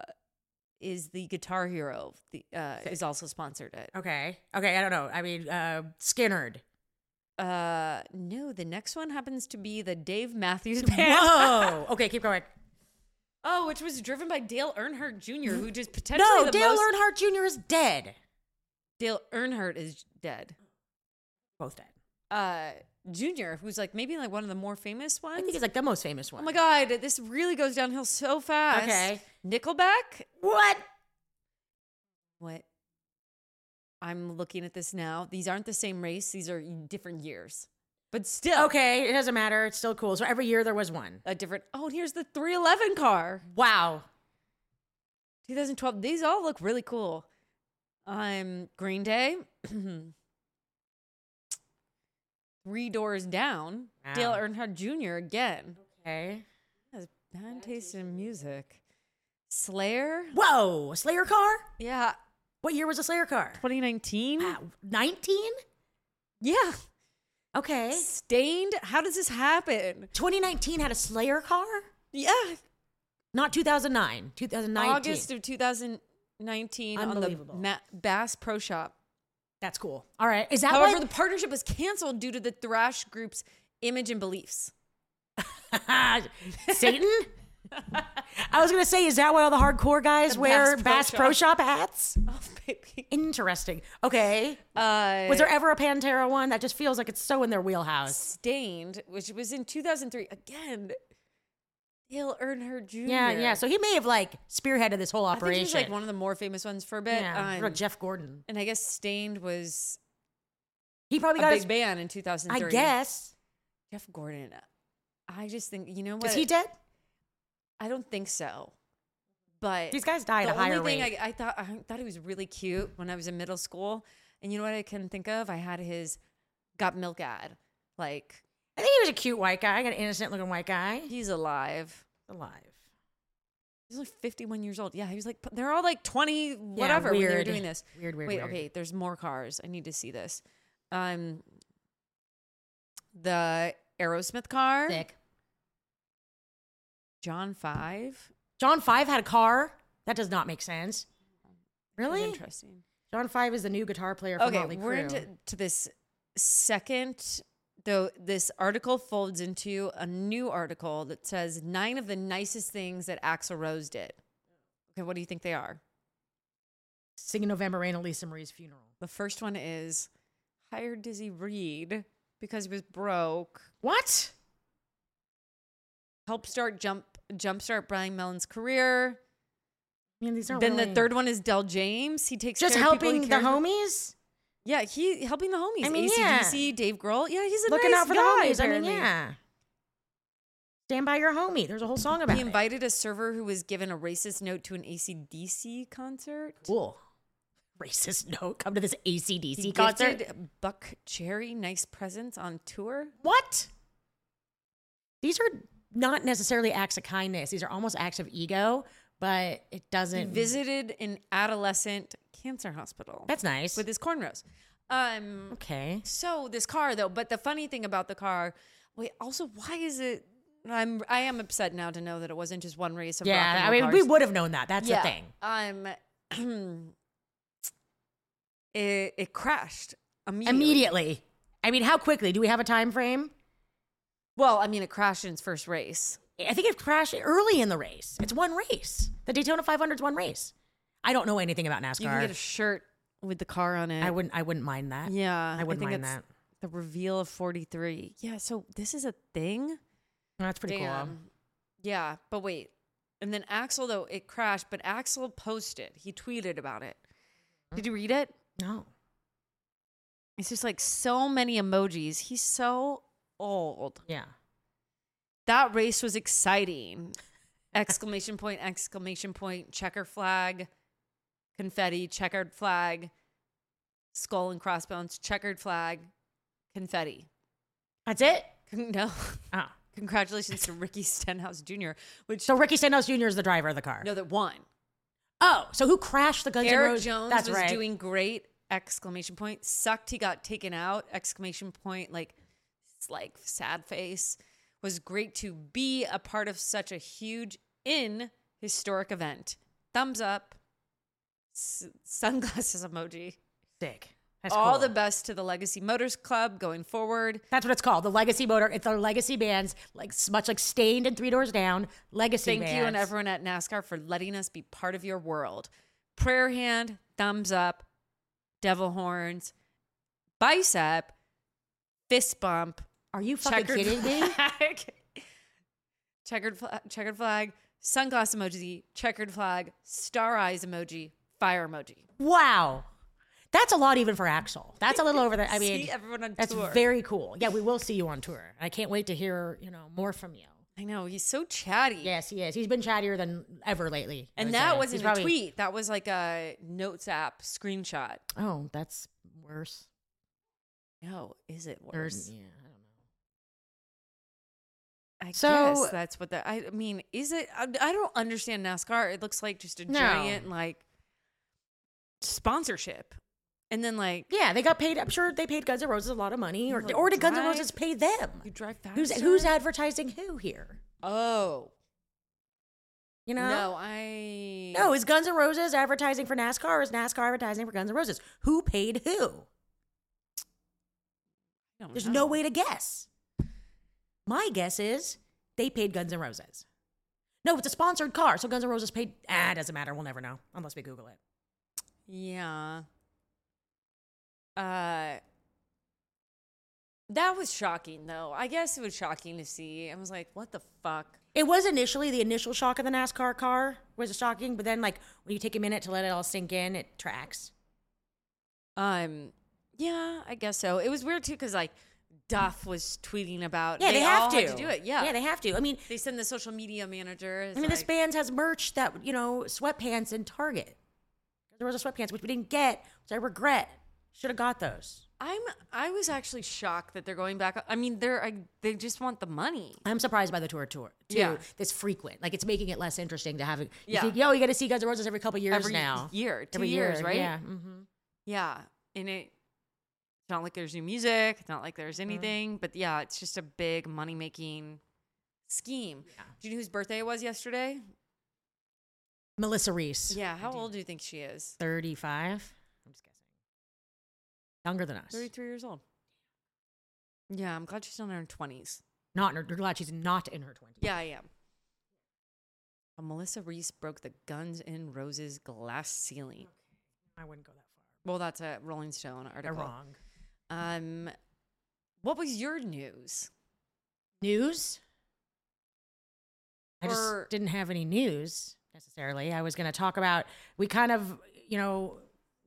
[SPEAKER 2] is the Guitar Hero the uh is also sponsored it.
[SPEAKER 1] Okay. Okay. I don't know. I mean, uh, Skinnerd.
[SPEAKER 2] Uh no, the next one happens to be the Dave Matthews Band.
[SPEAKER 1] Whoa. okay. Keep going.
[SPEAKER 2] Oh, which was driven by Dale Earnhardt Jr., who just potentially
[SPEAKER 1] No,
[SPEAKER 2] the
[SPEAKER 1] Dale
[SPEAKER 2] most-
[SPEAKER 1] Earnhardt Jr. is dead.
[SPEAKER 2] Dale Earnhardt is dead.
[SPEAKER 1] Both dead.
[SPEAKER 2] Uh Jr., who's like maybe like one of the more famous ones.
[SPEAKER 1] I think he's like the most famous one.
[SPEAKER 2] oh my god, this really goes downhill so fast.
[SPEAKER 1] Okay.
[SPEAKER 2] Nickelback
[SPEAKER 1] What?
[SPEAKER 2] What? I'm looking at this now. These aren't the same race. These are different years, but still
[SPEAKER 1] Okay. It doesn't matter. It's still cool. So every year there was one.
[SPEAKER 2] a different. Oh, and here's the 311 car,
[SPEAKER 1] Wow.
[SPEAKER 2] 2012. These all look really cool. Um, Green Day, three doors down. Dale
[SPEAKER 1] Wow.
[SPEAKER 2] Earnhardt Jr. again.
[SPEAKER 1] Okay.
[SPEAKER 2] Has bad taste in music. Slayer,
[SPEAKER 1] Whoa. A Slayer car?
[SPEAKER 2] yeah,
[SPEAKER 1] What year was a Slayer car? Uh,
[SPEAKER 2] 2019.
[SPEAKER 1] Wow. 19?
[SPEAKER 2] Yeah,
[SPEAKER 1] Okay.
[SPEAKER 2] stained. How does this happen?
[SPEAKER 1] 2019 had a Slayer car?
[SPEAKER 2] Yeah,
[SPEAKER 1] Not 2009. 2019.
[SPEAKER 2] August of 2019 on the
[SPEAKER 1] Unbelievable.
[SPEAKER 2] Ma- Bass Pro Shop.
[SPEAKER 1] That's cool. All right. Is that
[SPEAKER 2] However,
[SPEAKER 1] why-
[SPEAKER 2] the partnership was canceled due to the thrash group's image and beliefs.
[SPEAKER 1] Satan? I was gonna say, is that why all the hardcore guys
[SPEAKER 2] The
[SPEAKER 1] wear
[SPEAKER 2] Bass Pro
[SPEAKER 1] Bass Pro Shop hats?
[SPEAKER 2] Oh, baby.
[SPEAKER 1] Interesting. Okay.
[SPEAKER 2] Uh,
[SPEAKER 1] Was there ever a Pantera one that just feels like it's so in their wheelhouse?
[SPEAKER 2] Stained, which was in 2003. Again, Dale Earnhardt Jr.
[SPEAKER 1] Yeah, yeah. So he may have like spearheaded this whole
[SPEAKER 2] I think
[SPEAKER 1] operation.
[SPEAKER 2] he was like one of the more famous ones for a bit.
[SPEAKER 1] yeah,
[SPEAKER 2] um,
[SPEAKER 1] real Jeff Gordon.
[SPEAKER 2] and I guess Stained was
[SPEAKER 1] He probably
[SPEAKER 2] a
[SPEAKER 1] got
[SPEAKER 2] big
[SPEAKER 1] his.
[SPEAKER 2] band in
[SPEAKER 1] I
[SPEAKER 2] 2003.
[SPEAKER 1] guess.
[SPEAKER 2] Jeff Gordon. I just think you know what
[SPEAKER 1] Is he dead?
[SPEAKER 2] I don't think so. But
[SPEAKER 1] These guys die at
[SPEAKER 2] the
[SPEAKER 1] a higher
[SPEAKER 2] only
[SPEAKER 1] rate.
[SPEAKER 2] thing I, I thought I thought he was really cute when I was in middle school, and you know what I can think of? I had his "Got Milk" ad. Like
[SPEAKER 1] I think he was a cute white guy, an innocent looking white guy.
[SPEAKER 2] he's alive.
[SPEAKER 1] Alive.
[SPEAKER 2] He's only fifty-one years old. Yeah, he was like they're all like twenty, whatever. when they were
[SPEAKER 1] weird.
[SPEAKER 2] doing this.
[SPEAKER 1] Weird, weird,
[SPEAKER 2] Wait,
[SPEAKER 1] weird.
[SPEAKER 2] okay. There's more cars. I need to see this. Um, the Aerosmith car,
[SPEAKER 1] Sick.
[SPEAKER 2] John Five.
[SPEAKER 1] John Five had a car. That does not make sense. Really?
[SPEAKER 2] Interesting.
[SPEAKER 1] John Five is the new guitar player from Motley
[SPEAKER 2] we're
[SPEAKER 1] Crue.
[SPEAKER 2] into to this second though this article folds into a new article that says nine of the nicest things that Axl Rose did. Okay, what do you think they are?
[SPEAKER 1] Singing November Rain at Lisa Marie's funeral.
[SPEAKER 2] The first one is hire Dizzy Reed because he was broke.
[SPEAKER 1] What?
[SPEAKER 2] Help start jump jumpstart Brian Mellon's career.
[SPEAKER 1] I mean, these aren't
[SPEAKER 2] then the
[SPEAKER 1] really-
[SPEAKER 2] third one is Del James. He takes
[SPEAKER 1] Just
[SPEAKER 2] care of people he
[SPEAKER 1] helping the
[SPEAKER 2] cares about.
[SPEAKER 1] homies,
[SPEAKER 2] Yeah, he helping the homies.
[SPEAKER 1] I mean, yeah.
[SPEAKER 2] ACDC, Dave Grohl. Yeah, he's a
[SPEAKER 1] looking
[SPEAKER 2] nice
[SPEAKER 1] out for
[SPEAKER 2] guy,
[SPEAKER 1] the homies.
[SPEAKER 2] apparently.
[SPEAKER 1] I mean, yeah. Stand by your homie. There's a whole song about
[SPEAKER 2] He
[SPEAKER 1] it.
[SPEAKER 2] invited a server who was given a racist note to an ACDC concert.
[SPEAKER 1] Cool. Racist note. Come to this ACDC
[SPEAKER 2] He
[SPEAKER 1] concert.
[SPEAKER 2] gifted Buck Cherry nice presents on tour.
[SPEAKER 1] What? These are not necessarily acts of kindness. These are almost acts of ego, but it
[SPEAKER 2] He
[SPEAKER 1] doesn't.
[SPEAKER 2] visited an adolescent cancer hospital
[SPEAKER 1] That's nice.
[SPEAKER 2] with his cornrows. Um,
[SPEAKER 1] okay.
[SPEAKER 2] so this car though, but the funny thing about the car, wait, also why is it? I'm I am upset now to know that it wasn't just one race of rock
[SPEAKER 1] Yeah,
[SPEAKER 2] and roll
[SPEAKER 1] I mean, we
[SPEAKER 2] cars.
[SPEAKER 1] would have known that. That's the thing.
[SPEAKER 2] Um, it it crashed immediately.
[SPEAKER 1] Immediately. I mean, how quickly? Do we have a time frame?
[SPEAKER 2] Well, I mean, it crashed in its first race.
[SPEAKER 1] I think it crashed early in the race. It's one race. The Daytona 500 is one race. I don't know anything about
[SPEAKER 2] You can
[SPEAKER 1] NASCAR.
[SPEAKER 2] get a shirt with the car on it.
[SPEAKER 1] I wouldn't. I wouldn't mind that.
[SPEAKER 2] Yeah,
[SPEAKER 1] I wouldn't
[SPEAKER 2] think
[SPEAKER 1] mind
[SPEAKER 2] it's
[SPEAKER 1] that.
[SPEAKER 2] The reveal of 43. Yeah, so this is a thing.
[SPEAKER 1] That's pretty cool.
[SPEAKER 2] Yeah, but wait. And then Axel though it crashed, but Axel posted. He tweeted about it.
[SPEAKER 1] Hmm.
[SPEAKER 2] Did you read it?
[SPEAKER 1] No.
[SPEAKER 2] It's just like so many emojis. He's so old.
[SPEAKER 1] Yeah.
[SPEAKER 2] That race was exciting. Exclamation point, exclamation point, checker flag, confetti, checkered flag, skull and crossbones, checkered flag, confetti.
[SPEAKER 1] That's it.
[SPEAKER 2] No.
[SPEAKER 1] Oh.
[SPEAKER 2] Congratulations to Ricky Stenhouse Jr., which
[SPEAKER 1] So Ricky Stenhouse Jr. is the driver of the car.
[SPEAKER 2] no that won.
[SPEAKER 1] Oh, so who crashed the Guns N'
[SPEAKER 2] Eric
[SPEAKER 1] Roses?
[SPEAKER 2] Jones
[SPEAKER 1] That's
[SPEAKER 2] was
[SPEAKER 1] right.
[SPEAKER 2] doing great! Exclamation point. Sucked. He got taken out! Exclamation point. Like, it's like sad face. Was great to be a part of such a huge in historic event. Thumbs up. S- sunglasses emoji.
[SPEAKER 1] Sick. That's
[SPEAKER 2] All
[SPEAKER 1] cool.
[SPEAKER 2] the best to the Legacy Motors Club going forward.
[SPEAKER 1] That's what it's called. The Legacy Motor. It's our legacy bands, like much like Stained and Three Doors Down. Legacy.
[SPEAKER 2] Thank you and
[SPEAKER 1] bands.
[SPEAKER 2] everyone at NASCAR for letting us be part of your world. Prayer hand, thumbs up, devil horns, bicep, fist bump,
[SPEAKER 1] Are you fucking kidding me?
[SPEAKER 2] flag, checkered flag, checkered flag, sunglass emoji, checkered flag, star eyes emoji, fire emoji.
[SPEAKER 1] Wow. That's a lot even for Axel. That's a little over the I mean
[SPEAKER 2] See everyone on
[SPEAKER 1] That's
[SPEAKER 2] tour.
[SPEAKER 1] very cool. Yeah, we will see you on tour. I can't wait to hear, you know, more from you.
[SPEAKER 2] I know he's so chatty.
[SPEAKER 1] Yes, he is. He's been chattier than ever lately. I
[SPEAKER 2] And
[SPEAKER 1] would
[SPEAKER 2] that
[SPEAKER 1] say.
[SPEAKER 2] wasn't
[SPEAKER 1] He's probably-
[SPEAKER 2] a tweet. That was like a notes app screenshot.
[SPEAKER 1] Oh, that's worse.
[SPEAKER 2] No, is it worse?
[SPEAKER 1] There's yeah, I don't know.
[SPEAKER 2] I
[SPEAKER 1] So-
[SPEAKER 2] guess that's what that. I I mean, is it? I, I don't understand NASCAR. It looks like just a
[SPEAKER 1] No.
[SPEAKER 2] giant like sponsorship, and then like
[SPEAKER 1] Yeah, they got paid. I'm sure they paid Guns N' Roses a lot of money, or
[SPEAKER 2] Like,
[SPEAKER 1] or did Guns N'
[SPEAKER 2] drive-
[SPEAKER 1] Roses pay them?
[SPEAKER 2] you drive faster.
[SPEAKER 1] Who's who's advertising who here?
[SPEAKER 2] Oh
[SPEAKER 1] You know,
[SPEAKER 2] no, I
[SPEAKER 1] No, is Guns N' Roses advertising for NASCAR or is NASCAR advertising for Guns N' Roses? Who paid who?
[SPEAKER 2] I don't
[SPEAKER 1] There's
[SPEAKER 2] know.
[SPEAKER 1] no way to guess. My guess is they paid Guns N' Roses. No, it's a sponsored car. So Guns N' Roses paid. Ah, doesn't matter. We'll never know unless we Google it.
[SPEAKER 2] Yeah. Uh that was shocking though. I guess it was shocking to see. I was like, what the fuck?
[SPEAKER 1] It was initially the initial shock of the NASCAR car was shocking, but then like when you take a minute to let it all sink in, it tracks.
[SPEAKER 2] Um yeah, I guess so. It was weird too cuz like Duff was tweeting about
[SPEAKER 1] Yeah, they, have
[SPEAKER 2] all
[SPEAKER 1] to.
[SPEAKER 2] had do it. Yeah.
[SPEAKER 1] yeah, they have to. I mean,
[SPEAKER 2] they send the social media manager.
[SPEAKER 1] I mean, this band has merch that you know sweatpants and Target. There was a sweatpants which we didn't get, which I regret. Should have got those.
[SPEAKER 2] I'm I was actually shocked that they're going back. I mean, they're I, they just want the money.
[SPEAKER 1] I'm surprised by the tour tour too.
[SPEAKER 2] Yeah.
[SPEAKER 1] That's frequent. Like it's making it less interesting to have it. You
[SPEAKER 2] Yeah.
[SPEAKER 1] think, yo, you got to see Guns N' Roses every couple years
[SPEAKER 2] Every
[SPEAKER 1] now.
[SPEAKER 2] year, two
[SPEAKER 1] every
[SPEAKER 2] years,
[SPEAKER 1] year,
[SPEAKER 2] right?
[SPEAKER 1] Yeah. hmm
[SPEAKER 2] Yeah. And it it's not like there's new music, it's not like
[SPEAKER 1] Mm.
[SPEAKER 2] there's anything, but yeah, it's just a big money making scheme. Do you know whose birthday it was yesterday?
[SPEAKER 1] Melissa Reese.
[SPEAKER 2] Yeah. How old do you think she is?
[SPEAKER 1] 35. I'm just guessing. Younger than us.
[SPEAKER 2] 33 years old. Yeah, I'm glad she's not in her 20s.
[SPEAKER 1] Not in her, you're glad she's not in her 20s.
[SPEAKER 2] Yeah, I am. Uh, Melissa Reese broke the Guns N' Roses glass ceiling.
[SPEAKER 1] I wouldn't go that
[SPEAKER 2] Well, that's a Rolling Stone
[SPEAKER 1] far. They're
[SPEAKER 2] article.
[SPEAKER 1] wrong.
[SPEAKER 2] Um, what was your news?
[SPEAKER 1] News? I
[SPEAKER 2] Or-
[SPEAKER 1] just didn't have any news necessarily. I was going to talk about, we kind of, you know,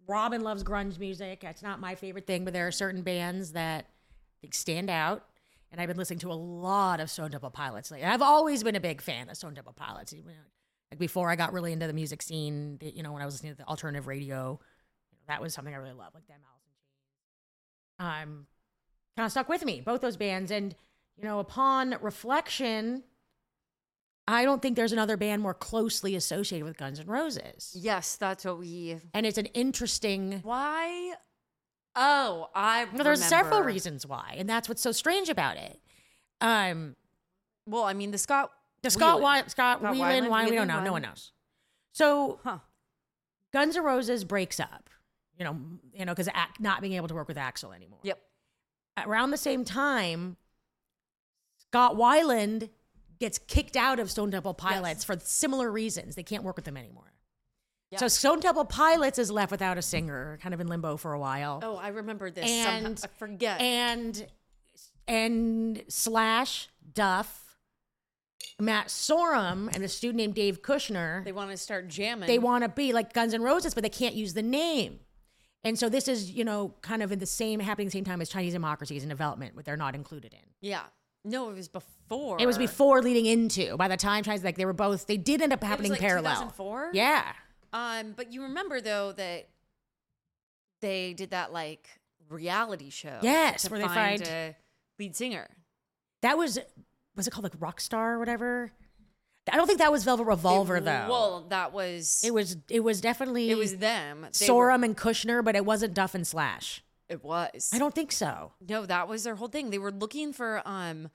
[SPEAKER 1] Robin loves grunge music. That's not my favorite thing, but there are certain bands that I think stand out. And I've been listening to a lot of Stone Temple Pilots. Like, I've always been a big fan of Stone Temple Pilots. You know, Like before I got really into the music scene, the- you know, when I was listening to the alternative radio, you know, that was something I really loved, like them, Alice in Chains. Um, kind of stuck with me, both those bands. And, you know, upon reflection, I don't think there's another band more closely associated with Guns N' Roses.
[SPEAKER 2] Yes, that's what we.
[SPEAKER 1] And it's an interesting.
[SPEAKER 2] Why? Oh, I.
[SPEAKER 1] Well, there's several
[SPEAKER 2] remember.
[SPEAKER 1] reasons why, and that's what's so strange about it. Um,
[SPEAKER 2] Well, I mean, the Scott.
[SPEAKER 1] the Scott
[SPEAKER 2] Whelan-
[SPEAKER 1] Wy- Scott
[SPEAKER 2] Scott
[SPEAKER 1] Weiland,
[SPEAKER 2] Weiland,
[SPEAKER 1] why we don't
[SPEAKER 2] Weiland,
[SPEAKER 1] know, no
[SPEAKER 2] Weiland.
[SPEAKER 1] one knows. So
[SPEAKER 2] Huh.
[SPEAKER 1] Guns N' Roses breaks up, you know, you know, because not being able to work with Axel anymore.
[SPEAKER 2] Yep.
[SPEAKER 1] around the same time, Scott Weiland gets kicked out of Stone Temple Pilots for similar reasons. They can't work with them anymore.
[SPEAKER 2] Yeah.
[SPEAKER 1] So Stone Temple Pilots is left without a singer, kind of in limbo for a while.
[SPEAKER 2] Oh, I remember this.
[SPEAKER 1] And-
[SPEAKER 2] somehow. I forget.
[SPEAKER 1] And and slash Duff, Matt Sorum, and a student named Dave Kushner
[SPEAKER 2] they want to start jamming.
[SPEAKER 1] they want to be like Guns N' Roses, but they can't use the name. And so this is, you know, kind of in the same happening the same time as Chinese democracies and development, what they're not included in.
[SPEAKER 2] Yeah. No, it was before.
[SPEAKER 1] It was before leading into. By the time Chinese, like they were both, they did end up happening
[SPEAKER 2] like
[SPEAKER 1] parallel.
[SPEAKER 2] 2004?
[SPEAKER 1] Yeah,
[SPEAKER 2] Um, but you remember though that they did that like reality show.
[SPEAKER 1] Yes,
[SPEAKER 2] to
[SPEAKER 1] where they find-
[SPEAKER 2] a lead singer.
[SPEAKER 1] that was was it called like Rockstar or whatever? I don't think that was Velvet Revolver though.
[SPEAKER 2] Well, that was
[SPEAKER 1] it was it was definitely
[SPEAKER 2] it was them. They were-
[SPEAKER 1] Sorum and Kushner, but it wasn't Duff and Slash.
[SPEAKER 2] it was.
[SPEAKER 1] I don't think so.
[SPEAKER 2] No, that was their whole thing. They were looking for um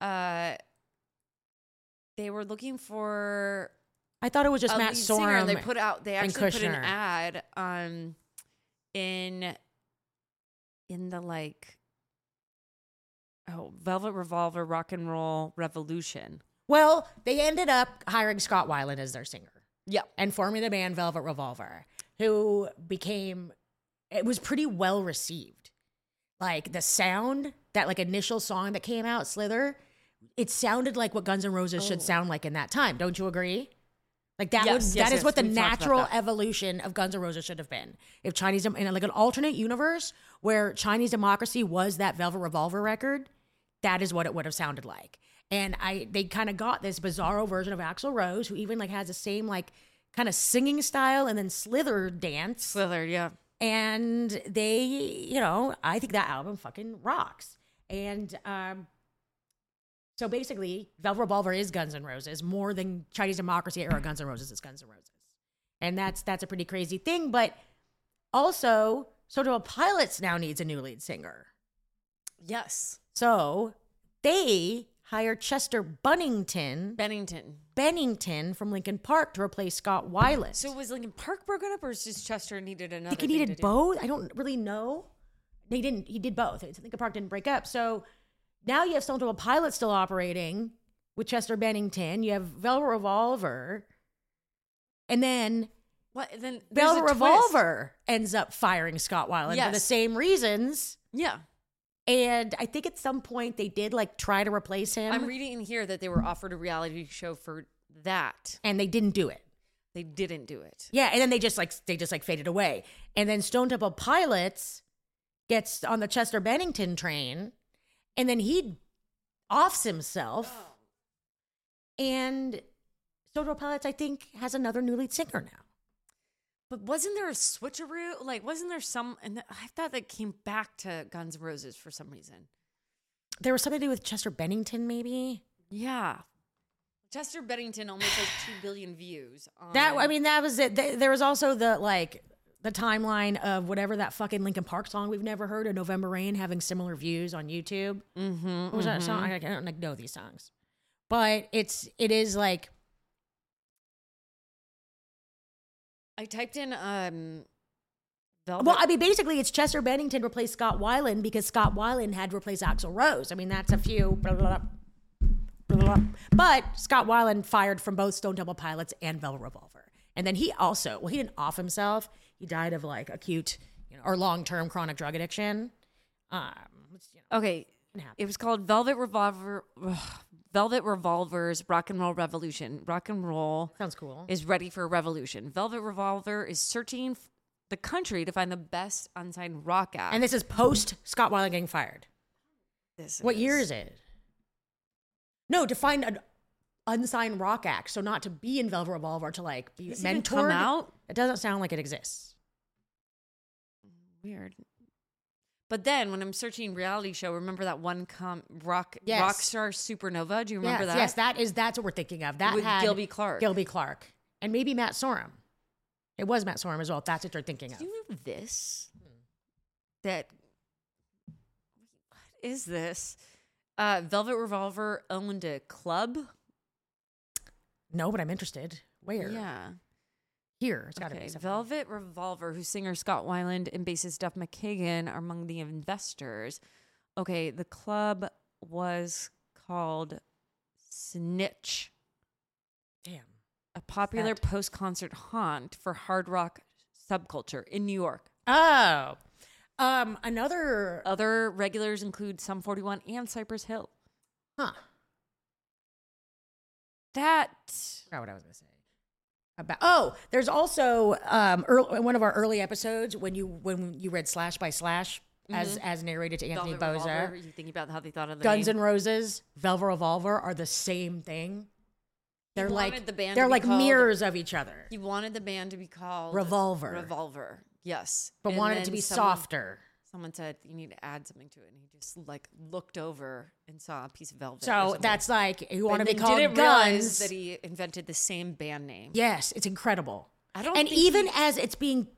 [SPEAKER 2] uh they were looking for
[SPEAKER 1] I thought it was just
[SPEAKER 2] a
[SPEAKER 1] Matt
[SPEAKER 2] lead singer,
[SPEAKER 1] Sorum.
[SPEAKER 2] and they put out they
[SPEAKER 1] and
[SPEAKER 2] actually put an
[SPEAKER 1] Kushner.
[SPEAKER 2] ad um in in the like oh Velvet Revolver Rock and Roll Revolution.
[SPEAKER 1] well, they ended up hiring Scott Weiland as their singer.
[SPEAKER 2] Yep.
[SPEAKER 1] and forming the band Velvet Revolver, who became it was pretty well received. Like the sound, that like initial song that came out, Slither, it sounded like what Guns N' Roses should
[SPEAKER 2] Oh.
[SPEAKER 1] sound like in that time. Don't you agree? Like that
[SPEAKER 2] Yes,
[SPEAKER 1] would
[SPEAKER 2] yes,
[SPEAKER 1] that is
[SPEAKER 2] yes,
[SPEAKER 1] what the
[SPEAKER 2] we've talked about
[SPEAKER 1] natural
[SPEAKER 2] that.
[SPEAKER 1] evolution of Guns N' Roses should have been. If Chinese in like an alternate universe where Chinese democracy was that Velvet Revolver record, that is what it would have sounded like. And I they kind of got this bizarro version of Axl Rose, who even like has the same like kind of singing style and then slither dance.
[SPEAKER 2] Slither, yeah.
[SPEAKER 1] And they, you know, I think that album fucking rocks. And um so basically, Velvet Revolver is Guns N' Roses more than Chinese Democracy era Guns N' Roses is Guns N' Roses. And that's that's a pretty crazy thing. But also, Soul Temple Pilots now needs a new lead singer.
[SPEAKER 2] Yes.
[SPEAKER 1] So they hire Chester Bunnington,
[SPEAKER 2] Bennington.
[SPEAKER 1] Bennington from Lincoln Park to replace Scott Weiland.
[SPEAKER 2] So was Lincoln Park broken up or is just Chester needed another?
[SPEAKER 1] I think he
[SPEAKER 2] thing to
[SPEAKER 1] needed
[SPEAKER 2] do?
[SPEAKER 1] both. I don't really know. They didn't. He did both. I think the park didn't break up. So now you have Stone Temple Pilots still operating with Chester Bennington. You have Velvet Revolver, and then
[SPEAKER 2] What? Then there's
[SPEAKER 1] Velvet
[SPEAKER 2] a twist.
[SPEAKER 1] Revolver ends up firing Scott Weiland for the
[SPEAKER 2] Yes.
[SPEAKER 1] same reasons.
[SPEAKER 2] Yeah.
[SPEAKER 1] And I think at some point they did like try to replace him,
[SPEAKER 2] I'm reading in here that they were offered a reality show for that.
[SPEAKER 1] and they didn't do it.
[SPEAKER 2] They didn't do it.
[SPEAKER 1] Yeah, and then they just like they just like faded away. And then Stone Temple Pilots gets on the Chester Bennington train, and then he offs himself. And Stone Temple Pilots, I think, has another new lead singer now.
[SPEAKER 2] But wasn't there a switcheroo? Like, wasn't there some? And th- I thought that came back to Guns N' Roses for some reason.
[SPEAKER 1] There was something to do with Chester Bennington, maybe.
[SPEAKER 2] Yeah. Chester Bennington almost has two billion views. On,
[SPEAKER 1] That I mean, that was it. Th- There was also the like the timeline of whatever that fucking Linkin Park song we've never heard, "A November Rain," having similar views on YouTube.
[SPEAKER 2] Mm-hmm,
[SPEAKER 1] What was that song? I, I don't like, know these songs, but it's it is like
[SPEAKER 2] I typed in um, Velvet.
[SPEAKER 1] well, I mean, basically, it's Chester Bennington replaced Scott Weiland because Scott Weiland had replaced Axl Rose. I mean, that's a few. Blah, blah, blah, blah, blah. But Scott Weiland fired from both Stone Temple Pilots and Velvet Revolver, and then he also well, he didn't off himself. He died of like acute you know, or long term chronic drug addiction. Um, it's, you know,
[SPEAKER 2] okay,
[SPEAKER 1] can happen.
[SPEAKER 2] it was called Velvet Revolver. Velvet Revolver's Rock and Roll Revolution. Rock and Roll
[SPEAKER 1] sounds cool.
[SPEAKER 2] is ready for a revolution. Velvet Revolver is searching f- the country to find the best unsigned rock act.
[SPEAKER 1] and this is post Scott Weiland getting fired.
[SPEAKER 2] this
[SPEAKER 1] What year is it? No, to find an unsigned rock act. So not to be in Velvet Revolver, to like be
[SPEAKER 2] Has it even
[SPEAKER 1] mentored.
[SPEAKER 2] come out?
[SPEAKER 1] It doesn't sound like it exists.
[SPEAKER 2] Weird. But then when I'm searching reality show, remember that one com- rock
[SPEAKER 1] Yes.
[SPEAKER 2] rock star supernova? Do you remember
[SPEAKER 1] yes,
[SPEAKER 2] that?
[SPEAKER 1] Yes, that is that's what we're thinking of. That
[SPEAKER 2] With
[SPEAKER 1] had
[SPEAKER 2] Gilby Clarke.
[SPEAKER 1] Gilby Clark, and maybe Matt Sorum. It was Matt Sorum as well. If that's what you're thinking of.
[SPEAKER 2] Do you know this?
[SPEAKER 1] Hmm.
[SPEAKER 2] That what is this? Uh, Velvet Revolver owned a club.
[SPEAKER 1] No, but I'm interested. Where?
[SPEAKER 2] Yeah.
[SPEAKER 1] Here. It's got to
[SPEAKER 2] okay.
[SPEAKER 1] be something.
[SPEAKER 2] Velvet Revolver, whose singer Scott Weiland and bassist Duff McKagan are among the investors. Okay, the club was called Snitch,
[SPEAKER 1] Damn.
[SPEAKER 2] a popular
[SPEAKER 1] that?
[SPEAKER 2] post concert haunt for hard rock subculture in New York.
[SPEAKER 1] Oh. Um. Another.
[SPEAKER 2] Other regulars include Sum 41 and Cypress Hill.
[SPEAKER 1] Huh.
[SPEAKER 2] That
[SPEAKER 1] forgot what I was going to say. About oh, there's also um earl in one of our early episodes when you when you read slash by slash as as narrated to Anthony
[SPEAKER 2] Mm-hmm. Velvet
[SPEAKER 1] Boza.
[SPEAKER 2] Revolver, You think about how they thought of the
[SPEAKER 1] Guns
[SPEAKER 2] name.
[SPEAKER 1] N' Roses, Velvet Revolver are the same thing. They're like
[SPEAKER 2] wanted the band to
[SPEAKER 1] they're
[SPEAKER 2] be
[SPEAKER 1] like
[SPEAKER 2] called-
[SPEAKER 1] mirrors of each other,
[SPEAKER 2] He wanted the band to be called
[SPEAKER 1] Revolver.
[SPEAKER 2] Revolver, yes,
[SPEAKER 1] but
[SPEAKER 2] And
[SPEAKER 1] wanted it to
[SPEAKER 2] then
[SPEAKER 1] be
[SPEAKER 2] someone-
[SPEAKER 1] softer.
[SPEAKER 2] Someone said you need to add something to it, and he just like looked over and saw a piece of velvet. or
[SPEAKER 1] So
[SPEAKER 2] something.
[SPEAKER 1] that's like you
[SPEAKER 2] But
[SPEAKER 1] want to be
[SPEAKER 2] then
[SPEAKER 1] called
[SPEAKER 2] didn't realize
[SPEAKER 1] Guns.
[SPEAKER 2] That he invented the same band name.
[SPEAKER 1] yes, it's incredible.
[SPEAKER 2] I don't.
[SPEAKER 1] and
[SPEAKER 2] think
[SPEAKER 1] even
[SPEAKER 2] he-
[SPEAKER 1] as it's being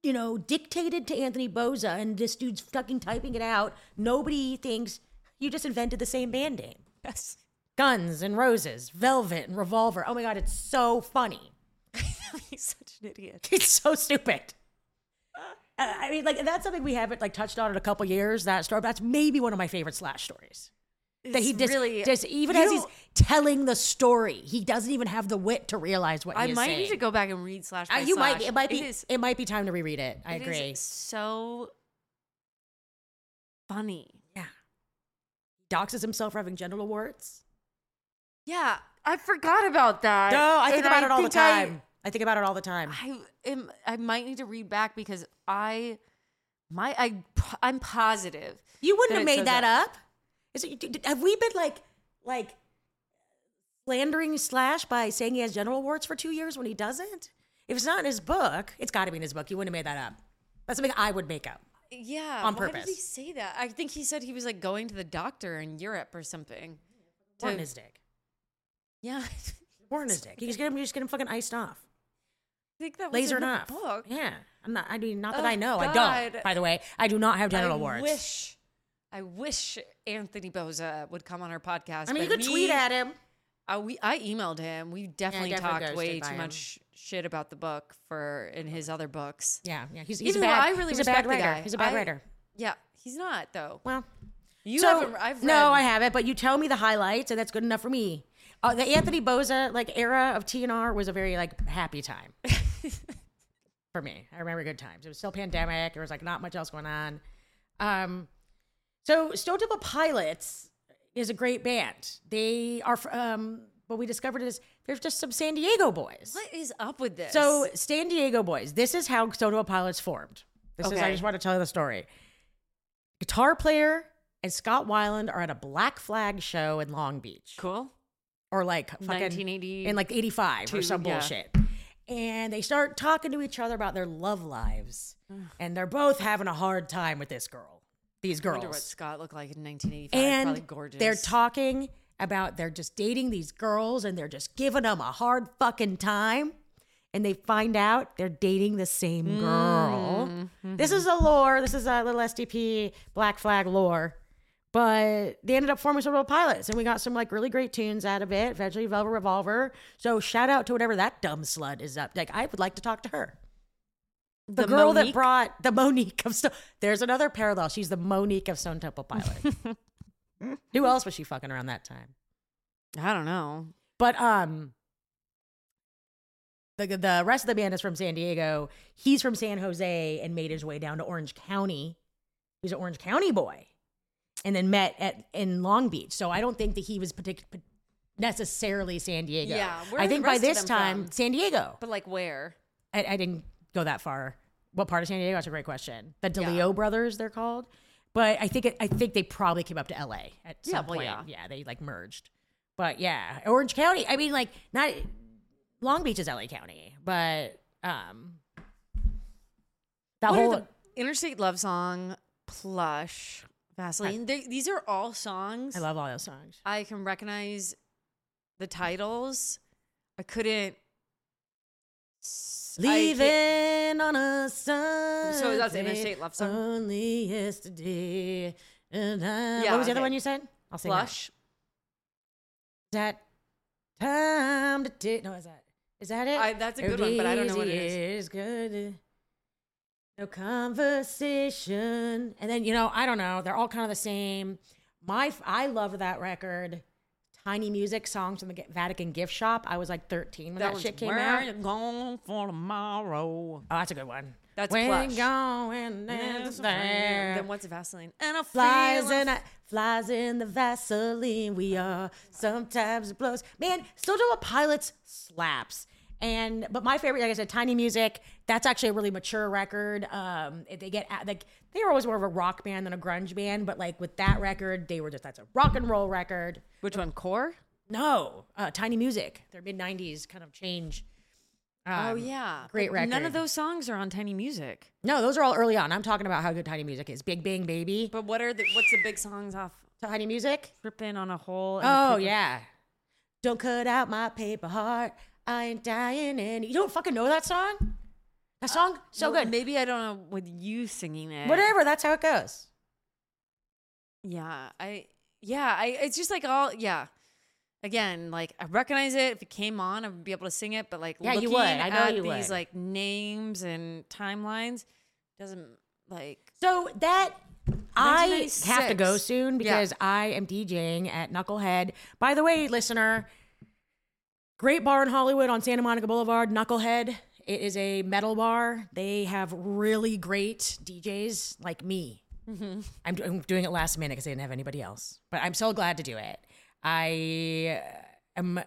[SPEAKER 1] you know dictated to anthony boza and this dude's fucking typing it out nobody thinks you just invented the same band name
[SPEAKER 2] yes,
[SPEAKER 1] guns and roses velvet and revolver oh my god it's so funny
[SPEAKER 2] he's such an idiot.
[SPEAKER 1] it's so stupid Uh, i mean like that's something we haven't like touched on in a couple years that story that's maybe one of my favorite slash stories that he
[SPEAKER 2] It's
[SPEAKER 1] just,
[SPEAKER 2] really
[SPEAKER 1] just even
[SPEAKER 2] you
[SPEAKER 1] as he's
[SPEAKER 2] don't-
[SPEAKER 1] telling the story he doesn't even have the wit to realize what
[SPEAKER 2] I
[SPEAKER 1] he is
[SPEAKER 2] might
[SPEAKER 1] saying.
[SPEAKER 2] need to go back and read slash.
[SPEAKER 1] Uh,
[SPEAKER 2] by
[SPEAKER 1] you might
[SPEAKER 2] slash.
[SPEAKER 1] it might be
[SPEAKER 2] It is,
[SPEAKER 1] it might be time to reread it i
[SPEAKER 2] it is
[SPEAKER 1] agree
[SPEAKER 2] so funny.
[SPEAKER 1] Yeah. Doxes himself for having genital warts.
[SPEAKER 2] Yeah, I forgot about that.
[SPEAKER 1] No, I think
[SPEAKER 2] And
[SPEAKER 1] about it all the
[SPEAKER 2] think I-
[SPEAKER 1] time. I, think about it all the time.
[SPEAKER 2] I, am. I might need to read back because I, my, I, I'm positive.
[SPEAKER 1] You wouldn't
[SPEAKER 2] Then
[SPEAKER 1] have
[SPEAKER 2] it
[SPEAKER 1] made
[SPEAKER 2] says
[SPEAKER 1] that up. Is it, did- have we been like, like slandering Slash by saying he has genital warts for two years when he doesn't? If it's not in his book, it's got to be in his book. You wouldn't have made that up. That's something I would make up.
[SPEAKER 2] Yeah.
[SPEAKER 1] On
[SPEAKER 2] Why did he
[SPEAKER 1] purpose.
[SPEAKER 2] say that? I think he said he was like going to the doctor in Europe or something.
[SPEAKER 1] Warren
[SPEAKER 2] To-
[SPEAKER 1] his dick.
[SPEAKER 2] yeah. I
[SPEAKER 1] Warren his dick. He's gonna he's gonna fucking iced off.
[SPEAKER 2] think that was
[SPEAKER 1] Lasered
[SPEAKER 2] in the
[SPEAKER 1] off.
[SPEAKER 2] book.
[SPEAKER 1] Yeah. I'm not I mean not that
[SPEAKER 2] Oh,
[SPEAKER 1] I know. I
[SPEAKER 2] God.
[SPEAKER 1] don't. By the way, I do not have genital
[SPEAKER 2] I
[SPEAKER 1] warts.
[SPEAKER 2] wish. I wish Anthony Boza would come on our podcast.
[SPEAKER 1] I mean you
[SPEAKER 2] but
[SPEAKER 1] could
[SPEAKER 2] we-
[SPEAKER 1] tweet at him.
[SPEAKER 2] Uh, we I emailed him. We definitely
[SPEAKER 1] definitely
[SPEAKER 2] talked way
[SPEAKER 1] ghosted by
[SPEAKER 2] too
[SPEAKER 1] him.
[SPEAKER 2] much shit about the book for in his other books.
[SPEAKER 1] Yeah, yeah. He's, he's
[SPEAKER 2] Even
[SPEAKER 1] a
[SPEAKER 2] though
[SPEAKER 1] bad.
[SPEAKER 2] I really
[SPEAKER 1] he's a bad
[SPEAKER 2] respect the
[SPEAKER 1] writer.
[SPEAKER 2] guy,
[SPEAKER 1] He's a bad
[SPEAKER 2] I-
[SPEAKER 1] writer.
[SPEAKER 2] Yeah, he's not though.
[SPEAKER 1] Well,
[SPEAKER 2] You
[SPEAKER 1] So-
[SPEAKER 2] haven't. I've read,
[SPEAKER 1] no, I haven't. But you tell me the highlights, and that's good enough for me. Uh, the Anthony Boza like era of TNR was a very like happy time for me. I remember good times. It was still pandemic. There was like not much else going on. Um, so Stone Temple Pilots is a great band. They are. fr- Um, what we discovered is they're just some San Diego boys.
[SPEAKER 2] What is up with this?
[SPEAKER 1] So San Diego boys, this is how Soto Pilots formed. This is I
[SPEAKER 2] Okay.
[SPEAKER 1] just want to tell you the story. Guitar player and Scott Weiland are at a Black Flag show in Long Beach,
[SPEAKER 2] cool.
[SPEAKER 1] or like fucking
[SPEAKER 2] 1980.
[SPEAKER 1] in like '85 or
[SPEAKER 2] Two,
[SPEAKER 1] some
[SPEAKER 2] yeah.
[SPEAKER 1] bullshit. And they start talking to each other about their love lives, and they're both having a hard time with this girl, these
[SPEAKER 2] I wonder what
[SPEAKER 1] girls,
[SPEAKER 2] Scott looked like in 1985. Probably
[SPEAKER 1] and
[SPEAKER 2] gorgeous.
[SPEAKER 1] they're talking about they're just dating these girls, and they're just giving them a hard fucking time. And they find out they're dating the same girl.
[SPEAKER 2] Mm-hmm.
[SPEAKER 1] This is a lore. This is a little SDP Black Flag lore. But they ended up forming some real pilots, and we got some like really great tunes out of it. Eventually, Velvet Revolver. So shout out to whatever that dumb slut is up. Like I would like to talk to her. The, girl that
[SPEAKER 2] Monique?
[SPEAKER 1] brought the Monique of Stone. There's another parallel. She's the Monique of Stone Temple Pilot. Who else was she fucking around that time?
[SPEAKER 2] I don't know.
[SPEAKER 1] But um, the the rest of the band is from San Diego. He's from San Jose and made his way down to Orange County. He's an Orange County boy, and then met at in Long Beach. So I don't think that he was partic- pa- necessarily San Diego.
[SPEAKER 2] Yeah, where
[SPEAKER 1] I
[SPEAKER 2] are the
[SPEAKER 1] think by
[SPEAKER 2] rest of
[SPEAKER 1] this
[SPEAKER 2] them
[SPEAKER 1] time
[SPEAKER 2] from?
[SPEAKER 1] San Diego.
[SPEAKER 2] But like where?
[SPEAKER 1] I, I didn't go that far. What part of San Diego? That's a great question. The DeLeo brothers, they're called. But I think it, I think they probably came up to L.A. at some
[SPEAKER 2] Yeah, well,
[SPEAKER 1] point.
[SPEAKER 2] yeah.
[SPEAKER 1] they like merged. But yeah, Orange County. I mean, like not Long Beach is L.A. County, but um, that
[SPEAKER 2] What are
[SPEAKER 1] whole
[SPEAKER 2] the Interstate Love Song, Plush, Vaseline. They, these are all songs
[SPEAKER 1] I love all those songs.
[SPEAKER 2] I can recognize the titles. I couldn't. I can't-
[SPEAKER 1] Leaving on a Sunday.
[SPEAKER 2] that's Interstate Love Song?
[SPEAKER 1] Only yesterday. And I,
[SPEAKER 2] Yeah,
[SPEAKER 1] what was the other
[SPEAKER 2] okay.
[SPEAKER 1] one you said? I'll sing that.
[SPEAKER 2] Plush.
[SPEAKER 1] Is that time to take? No, is that is that it?
[SPEAKER 2] I- that's a good one, but I don't know what it is.
[SPEAKER 1] It's good. to- No conversation, and then you know I don't know. They're all kind of the same. My f- I love that record. Tiny music songs from the G- Vatican gift shop. I was like 13 when that,
[SPEAKER 2] one's
[SPEAKER 1] shit came
[SPEAKER 2] Where
[SPEAKER 1] out.
[SPEAKER 2] You Going for tomorrow.
[SPEAKER 1] Oh, that's a good one.
[SPEAKER 2] That's
[SPEAKER 1] We're
[SPEAKER 2] Plush.
[SPEAKER 1] going dance there.
[SPEAKER 2] Then what's Vaseline? And a
[SPEAKER 1] Flies
[SPEAKER 2] feeling-
[SPEAKER 1] in a, flies in the Vaseline. We are sometimes blows. Man, Soto Pilots slaps. And but my favorite, like I said, Tiny Music. That's actually a really mature record. Um, it- they get at- like they were always more of a rock band than a grunge band, but like with that record, they were just that's a rock and roll record.
[SPEAKER 2] Which one? Core?
[SPEAKER 1] No, uh, Tiny Music. Their mid '90s kind of change.
[SPEAKER 2] oh
[SPEAKER 1] Um,
[SPEAKER 2] yeah,
[SPEAKER 1] great
[SPEAKER 2] But None
[SPEAKER 1] record.
[SPEAKER 2] of those songs are on Tiny Music.
[SPEAKER 1] No, those are all early on. I'm talking about how good Tiny Music is. Big Bang Baby,
[SPEAKER 2] But what are the what's the big songs off?
[SPEAKER 1] Tiny Music.
[SPEAKER 2] Tripping on a hole. and a
[SPEAKER 1] Oh
[SPEAKER 2] paper-
[SPEAKER 1] yeah. Don't cut out my paper heart. I ain't dying and you don't fucking know that song? That song? so
[SPEAKER 2] Well,
[SPEAKER 1] good.
[SPEAKER 2] Maybe I don't know with you singing it.
[SPEAKER 1] Whatever, that's how it goes.
[SPEAKER 2] Yeah, I yeah, I it's just like all yeah. Again, like I recognize it. If it came on, I would be able to sing it. But like
[SPEAKER 1] Yeah,
[SPEAKER 2] looking
[SPEAKER 1] you would. I know
[SPEAKER 2] at
[SPEAKER 1] you
[SPEAKER 2] these
[SPEAKER 1] would.
[SPEAKER 2] like names and timelines doesn't like
[SPEAKER 1] So that I have to
[SPEAKER 2] 1996.
[SPEAKER 1] go soon
[SPEAKER 2] Yeah.
[SPEAKER 1] because I am DJing at Knucklehead. By the way, listener, great bar in Hollywood on Santa Monica Boulevard, Knucklehead. It is a metal bar. They have really great DJs like me. I'm, do- I'm doing it last minute because they didn't have anybody else, but I'm so glad to do it. I am,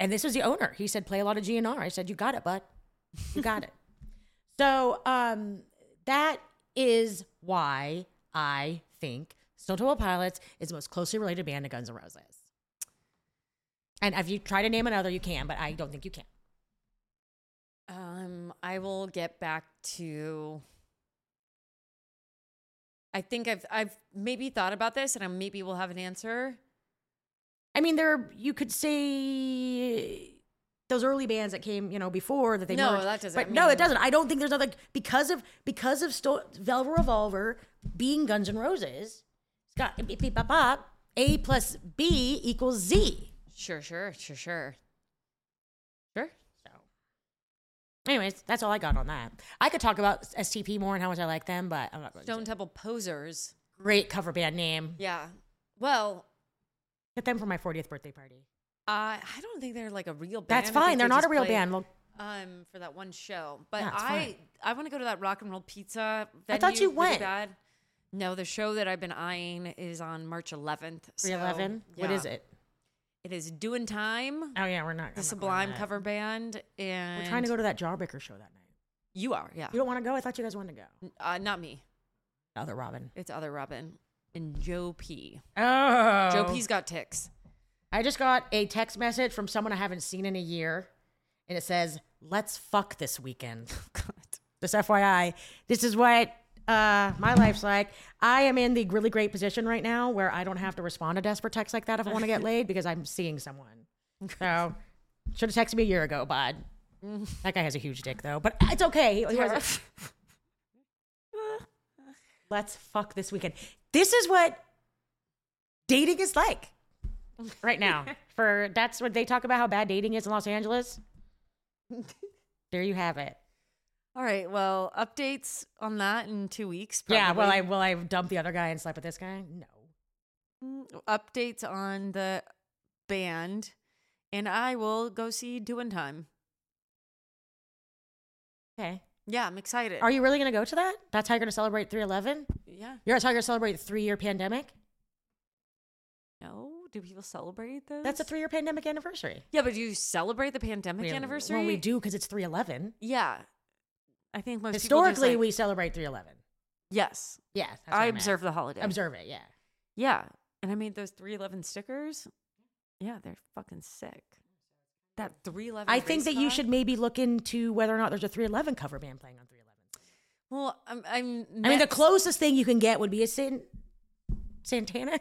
[SPEAKER 1] and this was the owner. He said, "Play a lot of GNR." I said, "You got it, bud. You got it." So um, that is why I think Stone Temple Pilots is the most closely related band to Guns N' Roses. And if you try to name another, you can, but I don't think you can.
[SPEAKER 2] Um, I will get back to. I think I've I've maybe thought about this, and I maybe will have an answer.
[SPEAKER 1] I mean, there you could say those early bands that came, you know, before that they
[SPEAKER 2] No,
[SPEAKER 1] merged.
[SPEAKER 2] that doesn't-
[SPEAKER 1] But
[SPEAKER 2] I
[SPEAKER 1] no,
[SPEAKER 2] mean-
[SPEAKER 1] it doesn't. I don't think there's other because of because of Sto- Velvet Revolver being Guns N' Roses. It's got beep, beep, bop, bop. A plus B equals Z.
[SPEAKER 2] Sure, sure, sure, sure, sure.
[SPEAKER 1] So, anyways, that's all I got on that. I could talk about STP more and how much I like them, but I'm not going
[SPEAKER 2] Stone
[SPEAKER 1] to.
[SPEAKER 2] Temple Posers.
[SPEAKER 1] Great cover band name.
[SPEAKER 2] Yeah. Well,
[SPEAKER 1] Get them for my 40th birthday party.
[SPEAKER 2] I I don't think they're like a real band.
[SPEAKER 1] That's
[SPEAKER 2] I think
[SPEAKER 1] fine. They're not a
[SPEAKER 2] just
[SPEAKER 1] real
[SPEAKER 2] played,
[SPEAKER 1] band. Well,
[SPEAKER 2] Um, for that one show, but
[SPEAKER 1] Yeah, it's
[SPEAKER 2] I I want to go to that rock and roll pizza. Venue
[SPEAKER 1] I thought you
[SPEAKER 2] really
[SPEAKER 1] went.
[SPEAKER 2] bad. No, the show that I've been eyeing is on March 11th. so-
[SPEAKER 1] 311. What
[SPEAKER 2] yeah.
[SPEAKER 1] is it?
[SPEAKER 2] It is doing time.
[SPEAKER 1] Oh yeah,
[SPEAKER 2] The
[SPEAKER 1] we're not. I'm not going to
[SPEAKER 2] Sublime
[SPEAKER 1] that.
[SPEAKER 2] cover band, and
[SPEAKER 1] We're trying to go to that Jawbreaker show that night.
[SPEAKER 2] You are, yeah.
[SPEAKER 1] You don't want to go? I thought you guys wanted to go.
[SPEAKER 2] Uh, not me.
[SPEAKER 1] Other Robin.
[SPEAKER 2] It's other Robin and Joe P.
[SPEAKER 1] Oh.
[SPEAKER 2] Joe P's got ticks.
[SPEAKER 1] I just got a text message from someone I haven't seen in a year, and it says, "Let's fuck this weekend."
[SPEAKER 2] God.
[SPEAKER 1] Just FYI, this is what uh, my life's like. I am in the really great position right now where I don't have to respond to desperate texts like that if I want to get laid because I'm seeing someone. So, should have texted me a year ago, bud. That guy has a huge dick though, but it's okay. He- he wasn't- let's fuck this weekend. This is what dating is like right now. For that's what they talk about how bad dating is in Los Angeles. there you have it.
[SPEAKER 2] All right. Well, updates on that in two weeks.
[SPEAKER 1] Yeah. Well, I
[SPEAKER 2] probably.
[SPEAKER 1] will I dump the other guy and sleep with this guy? No.
[SPEAKER 2] Mm, updates on the band, and I will go see Doing Time.
[SPEAKER 1] Okay.
[SPEAKER 2] Yeah, I'm excited.
[SPEAKER 1] Are you really gonna go to that? That's how you're gonna celebrate 311.
[SPEAKER 2] yeah.
[SPEAKER 1] You're that's how you're gonna celebrate the three year pandemic.
[SPEAKER 2] No. Do people celebrate those?
[SPEAKER 1] That's a three year pandemic anniversary.
[SPEAKER 2] Yeah, but do you celebrate the pandemic
[SPEAKER 1] Really?
[SPEAKER 2] anniversary?
[SPEAKER 1] Well, we do because it's 311.
[SPEAKER 2] Yeah. I think most people just,
[SPEAKER 1] Historically,
[SPEAKER 2] like-
[SPEAKER 1] we celebrate 311.
[SPEAKER 2] yes.
[SPEAKER 1] Yeah, that's what
[SPEAKER 2] I
[SPEAKER 1] meant.
[SPEAKER 2] observe the holiday.
[SPEAKER 1] Observe it. Yeah.
[SPEAKER 2] Yeah. And I made those 311 stickers. Yeah, they're fucking sick. That 311.
[SPEAKER 1] I think
[SPEAKER 2] race
[SPEAKER 1] that you
[SPEAKER 2] car?
[SPEAKER 1] should maybe look into whether or not there's a 311 cover band playing on 311.
[SPEAKER 2] Well, I'm. I'm
[SPEAKER 1] I mean, the
[SPEAKER 2] next-
[SPEAKER 1] closest thing you can get would be a San- Santana,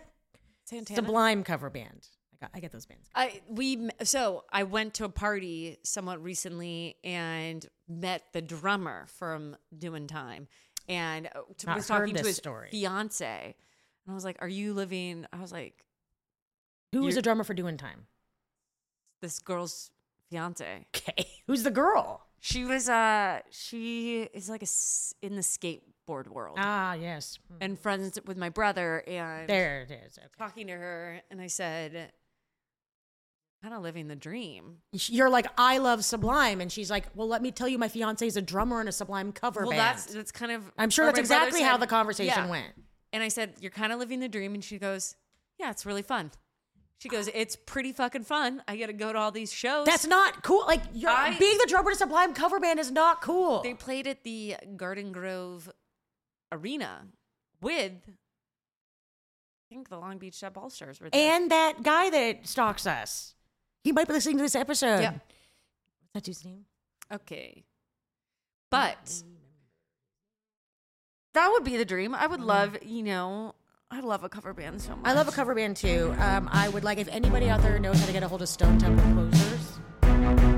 [SPEAKER 2] Santana.
[SPEAKER 1] Sublime cover band. I, got, I get those bands.
[SPEAKER 2] I we m- so I went to a party somewhat recently and met the drummer from Doing Time, and uh, t-
[SPEAKER 1] Not
[SPEAKER 2] was
[SPEAKER 1] heard
[SPEAKER 2] talking to
[SPEAKER 1] this
[SPEAKER 2] his
[SPEAKER 1] story.
[SPEAKER 2] fiance, and I was like, "Are you living?" I was like,
[SPEAKER 1] Who
[SPEAKER 2] You're-
[SPEAKER 1] was the drummer for Doing Time?
[SPEAKER 2] "This girl's fiance."
[SPEAKER 1] Okay, who's the girl?
[SPEAKER 2] She was uh she is like a s- in the skateboard world.
[SPEAKER 1] Ah, yes,
[SPEAKER 2] and friends with my brother and
[SPEAKER 1] there it is. Okay.
[SPEAKER 2] talking to her and I said kind of living the dream.
[SPEAKER 1] You're like, I love Sublime, and she's like, well, let me tell you, my fiance is a drummer in a Sublime cover
[SPEAKER 2] well
[SPEAKER 1] band.
[SPEAKER 2] that's that's kind of
[SPEAKER 1] I'm sure
[SPEAKER 2] or
[SPEAKER 1] that's
[SPEAKER 2] my brother
[SPEAKER 1] exactly how
[SPEAKER 2] said-
[SPEAKER 1] the conversation
[SPEAKER 2] yeah.
[SPEAKER 1] went.
[SPEAKER 2] And I said, You're kind of living the dream and she goes, Yeah, it's really fun. She goes, It's pretty fucking fun. I gotta go to all these shows.
[SPEAKER 1] That's not cool. Like, you're,
[SPEAKER 2] I-
[SPEAKER 1] being the drummer in a Sublime cover band is not cool.
[SPEAKER 2] they played at the Garden Grove Arena with I think the Long Beach Sub All Stars were there.
[SPEAKER 1] And that guy that stalks us. He might be listening to this episode.
[SPEAKER 2] Yeah.
[SPEAKER 1] What's that dude's name?
[SPEAKER 2] Okay. But that would be the dream. I would love, you know, I love a cover band so much.
[SPEAKER 1] Mm-hmm. I love a cover band too. Um, I would like if anybody out there knows how to get a hold of Stone Temple Closers,